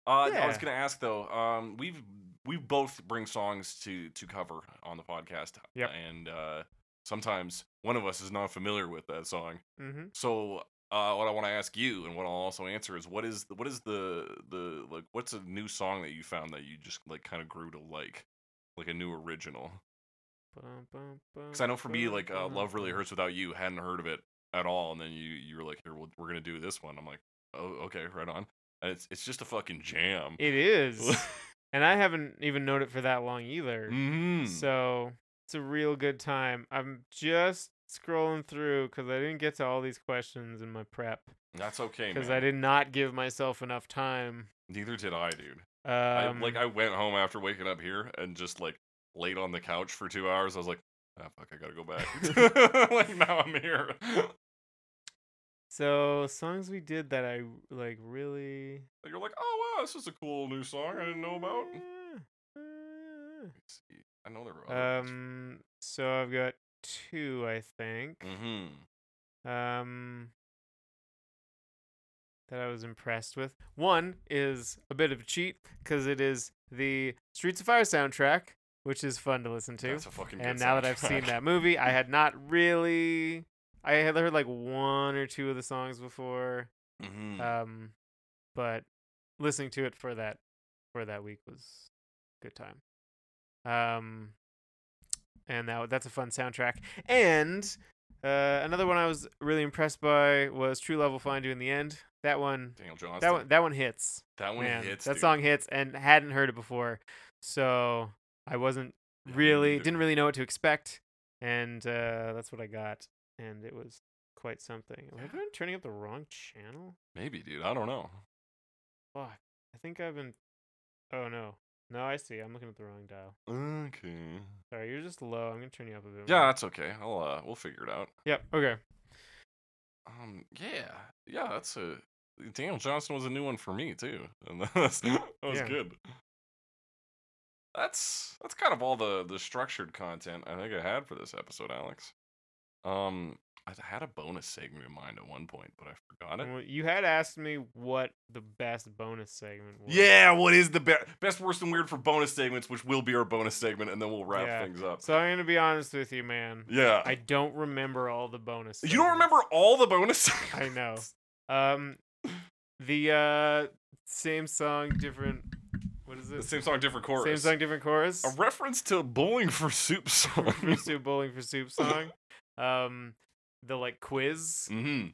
A: Uh, I was
B: Yeah.
A: gonna ask though. Um, we've we both bring songs to to cover on the podcast.
B: Yep.
A: And uh, sometimes one of us is not familiar with that song.
B: Mm-hmm.
A: So. Uh, what I want to ask you, and what I'll also answer, is what is what is the the like what's a new song that you found that you just like kind of grew to like, like a new original? Because I know for me, like uh, "Love Really Hurts Without You," hadn't heard of it at all, and then you you were like, "Here, we'll, we're gonna do this one." I'm like, "Oh, okay, right on." And it's it's just a fucking jam.
B: It is, and I haven't even known it for that long either.
A: Mhm.
B: So it's a real good time. I'm just scrolling through because I didn't get to all these questions in my prep
A: That's okay,
B: because
A: man.
B: I did not give myself enough time.
A: Neither did I, dude.
B: Um,
A: I, like I went home after waking up here and just like laid on the couch for two hours. I was like, "Ah, fuck, I gotta go back." like now I'm here.
B: So songs we did that I like really
A: Like, You're like, "Oh wow, this is a cool new song I didn't know about."
B: Mm-hmm. Yeah.
A: Let's see. I know there were other ones.
B: Um so I've got two I think.
A: Mhm.
B: Um that I was impressed with. One is a bit of a cheat cuz it is the Streets of Fire soundtrack, which is fun to listen to.
A: That's a fucking.
B: and
A: good
B: now that I've
A: soundtrack.
B: seen that movie, I had not really I had heard like one or two of the songs before.
A: Mhm.
B: Um, but listening to it for that for that week was a good time. Um, and that that's a fun soundtrack. And uh, another one I was really impressed by was True Love Will Find You in the End. That one,
A: Daniel Johnston.
B: that one, that one hits.
A: That one
B: man.
A: hits.
B: that
A: dude.
B: song hits, and hadn't heard it before, so I wasn't
A: Yeah, me
B: really
A: neither.
B: didn't really know what to expect, and uh, that's what I got, and it was quite something. Am I
A: Yeah.
B: been turning up the wrong channel?
A: Maybe, dude. I don't know.
B: Fuck. I think I've been. Oh no. No, I see. I'm looking at the wrong dial.
A: Okay.
B: Sorry, you're just low. I'm gonna turn you up a bit.
A: Yeah,
B: more.
A: that's okay. I'll uh, we'll figure it out.
B: Yep. Okay.
A: Um, yeah, yeah. That's a Daniel Johnston was a new one for me too, and that's, that was
B: Yeah.
A: good. That's that's kind of all the the structured content I think I had for this episode, Alex. Um, I had a bonus segment in mind at one point, but I forgot it.
B: Well, you had asked me what the best bonus segment was.
A: Yeah, what is the best, best, worst, and weird for bonus segments, which will be our bonus segment, and then we'll wrap
B: Yeah.
A: things up.
B: So I'm gonna be honest with you, man.
A: yeah,
B: I don't remember all the bonus.
A: you don't
B: segments.
A: remember all the bonus.
B: I
A: segments?
B: know. Um, the uh, same song, different. What is
A: The
B: it?
A: same song, different chorus.
B: Same song, different chorus.
A: A reference to bowling for soup song.
B: Reference to a bowling for soup song. Um, the like quiz
A: mm-hmm.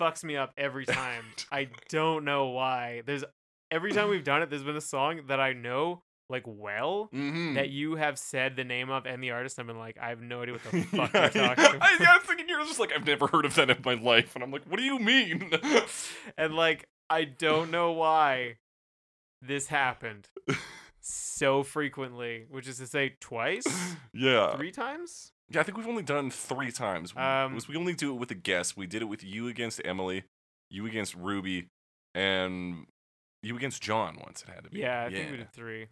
B: fucks me up every time. I don't know why. There's every time we've done it. There's been a song that I know like well.
A: Mm-hmm.
B: That you have said the name of and the artist, I've been like, I have no idea what the fuck you're talking about.
A: I, yeah, I was thinking you were just like, I've never heard of that in my life, and I'm like, what do you mean?
B: and like I don't know why this happened so frequently, which is to say twice,
A: yeah,
B: three times.
A: yeah. I think we've only done three times. We-
B: Um,
A: was we only do it with a guest. We did it with you against Emily, you against Ruby, and you against John. Once it had to be.
B: Yeah, I think we did three.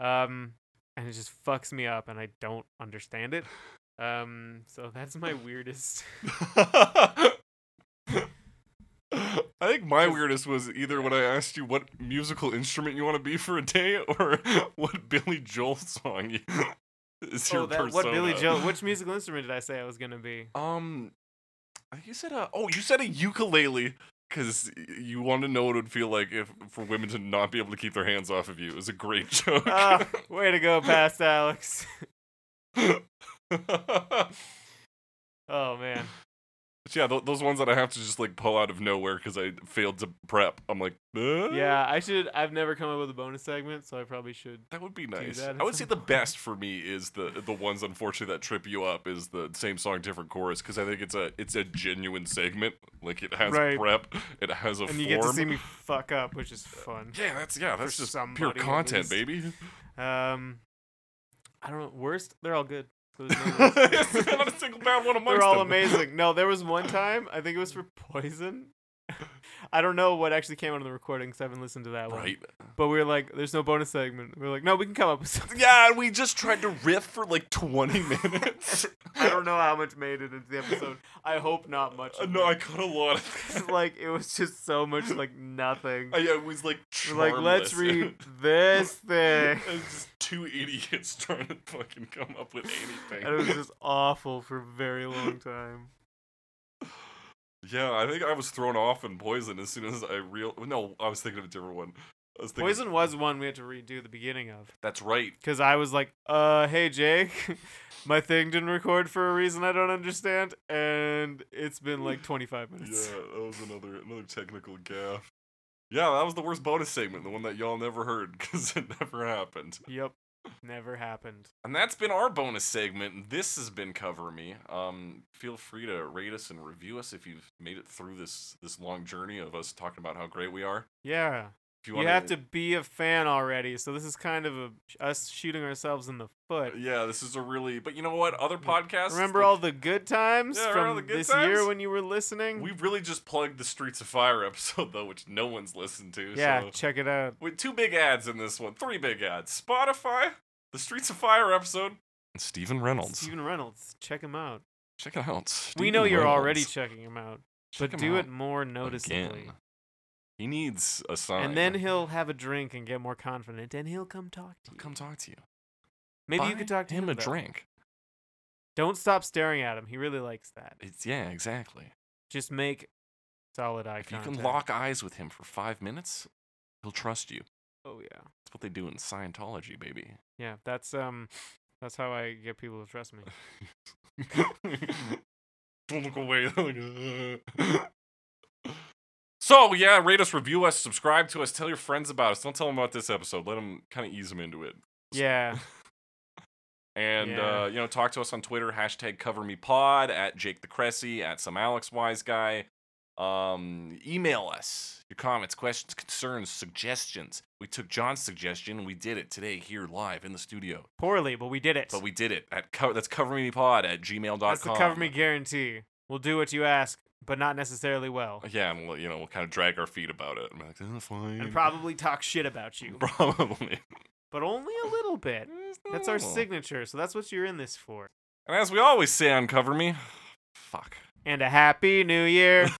B: Um, and it just fucks me up, and I don't understand it. Um, so that's my weirdest.
A: I think my
B: 'Cause-
A: weirdest was either when I asked you what musical instrument you want to be for a day, or what Billy Joel song you, is your
B: oh, that, what
A: persona.
B: Billy Joel? Which musical instrument did I say I was gonna be?
A: Um, I think you said a. Oh, you said a ukulele because you wanted to know what it would feel like if for women to not be able to keep their hands off of you. It was a great joke.
B: Ah, way to go, past Alex.
A: but
B: Oh man.
A: yeah, th- those ones that I have to just like pull out of nowhere because I failed to prep. I'm like, "Uh,
B: Yeah, I should. I've never come up with a bonus segment, so I probably should.
A: That would be nice.
B: that at
A: I would say
B: some
A: the best for me is the the ones unfortunately that trip you up is the same song different chorus because I think it's a it's a genuine segment like it has
B: Right.
A: prep it has a
B: And
A: form
B: you get to see me fuck up, which is fun.
A: yeah that's yeah that's just pure
B: somebody at
A: content
B: least.
A: baby
B: Um, I don't know. Worst? They're all good. There was no worst.
A: not a single bad one amongst
B: They're all
A: them.
B: amazing. No, there was one time I think it was for Poison. I don't know what actually came out of the recording because I haven't listened to that one.
A: right
B: But we were like, "There's no bonus segment." We were like, "No, we can come up with something."
A: yeah and we just tried to riff for like 20 minutes
B: I don't know how much made it into the episode. I hope not much.
A: Uh,
B: of
A: no I
B: it.
A: cut a lot of
B: 'Cause,
A: that.
B: like it was just so much like nothing.
A: I, I was like
B: We're like, let's
A: charmless."
B: read this thing.
A: It's just two idiots trying to fucking come up with anything.
B: And it was just awful for a very long time.
A: Yeah, I think I was thrown off in Poison as soon as I real. No, I was thinking of a different one. I was thinking
B: Poison was one we had to redo the beginning of.
A: That's right.
B: Because I was like, uh, hey, Jake, my thing didn't record for a reason I don't understand. And it's been like 25
A: Yeah,
B: minutes.
A: that was another another technical gaff. Yeah, that was the worst bonus segment, the one that y'all never heard because it never happened.
B: Yep. Never happened.
A: And that's been our bonus segment. This has been Cover Me. Um, feel free to rate us and review us if you've made it through this this long journey of us talking about how great we are.
B: Yeah.
A: If
B: You,
A: wanna-
B: have to be a fan already. So this is kind of a, us shooting ourselves in the foot.
A: Yeah, this is a really. But you know what? Other podcasts.
B: Remember
A: like-
B: all the good times
A: Yeah, remember all
B: from
A: the good
B: this
A: times?
B: year when you were listening?
A: We really just plugged the Streets of Fire episode though, which no one's listened to.
B: yeah,
A: So.
B: check it out.
A: With two big ads in this one, three big ads: Spotify, the Streets of Fire episode, and Stephen Reynolds.
B: Steven Reynolds, check him out.
A: Check it out.
B: we
A: Stephen
B: know you're
A: Reynolds.
B: already checking him out,
A: Check
B: but
A: him
B: do
A: out
B: it more noticeably.
A: again. He needs a sign.
B: And then he'll have a drink and get more confident, and he'll come talk to
A: He'll
B: you.
A: come talk to you.
B: Maybe you
A: Buy
B: could talk to him,
A: him a
B: about it.
A: drink.
B: Don't stop staring at him. He really likes that.
A: It's yeah, exactly.
B: Just make solid eye
A: If you
B: contact.
A: can lock eyes with him for five minutes, he'll trust you.
B: Oh yeah,
A: That's what they do in Scientology, baby.
B: yeah. That's um, that's how I get people to trust me.
A: Don't look away. so yeah, rate us, review us, subscribe to us, tell your friends about us. Don't tell them about this episode. Let them kind of ease them into it.
B: Yeah,
A: And
B: Yeah.
A: uh, you know, talk to us on Twitter hashtag Cover Me Pod at Jake the Cressy at Some Alex Wise Guy. Um, email us your comments, questions, concerns, suggestions. We took John's suggestion and we did it today here live in the studio.
B: poorly, but we did it.
A: But we did it at co- that's cover me pod at gmail.com.
B: that's the cover me guarantee. We'll do what you ask, but not necessarily well,
A: Yeah, and we'll, you know, we'll kind of drag our feet about it. I'm like, "Eh, fine.
B: and probably talk shit about you,
A: Probably. Hmm.
B: but only a little bit. That's our
A: Well.
B: signature, so that's what you're in this for.
A: And as we always say on Cover Me, Fuck.
B: and a happy new year.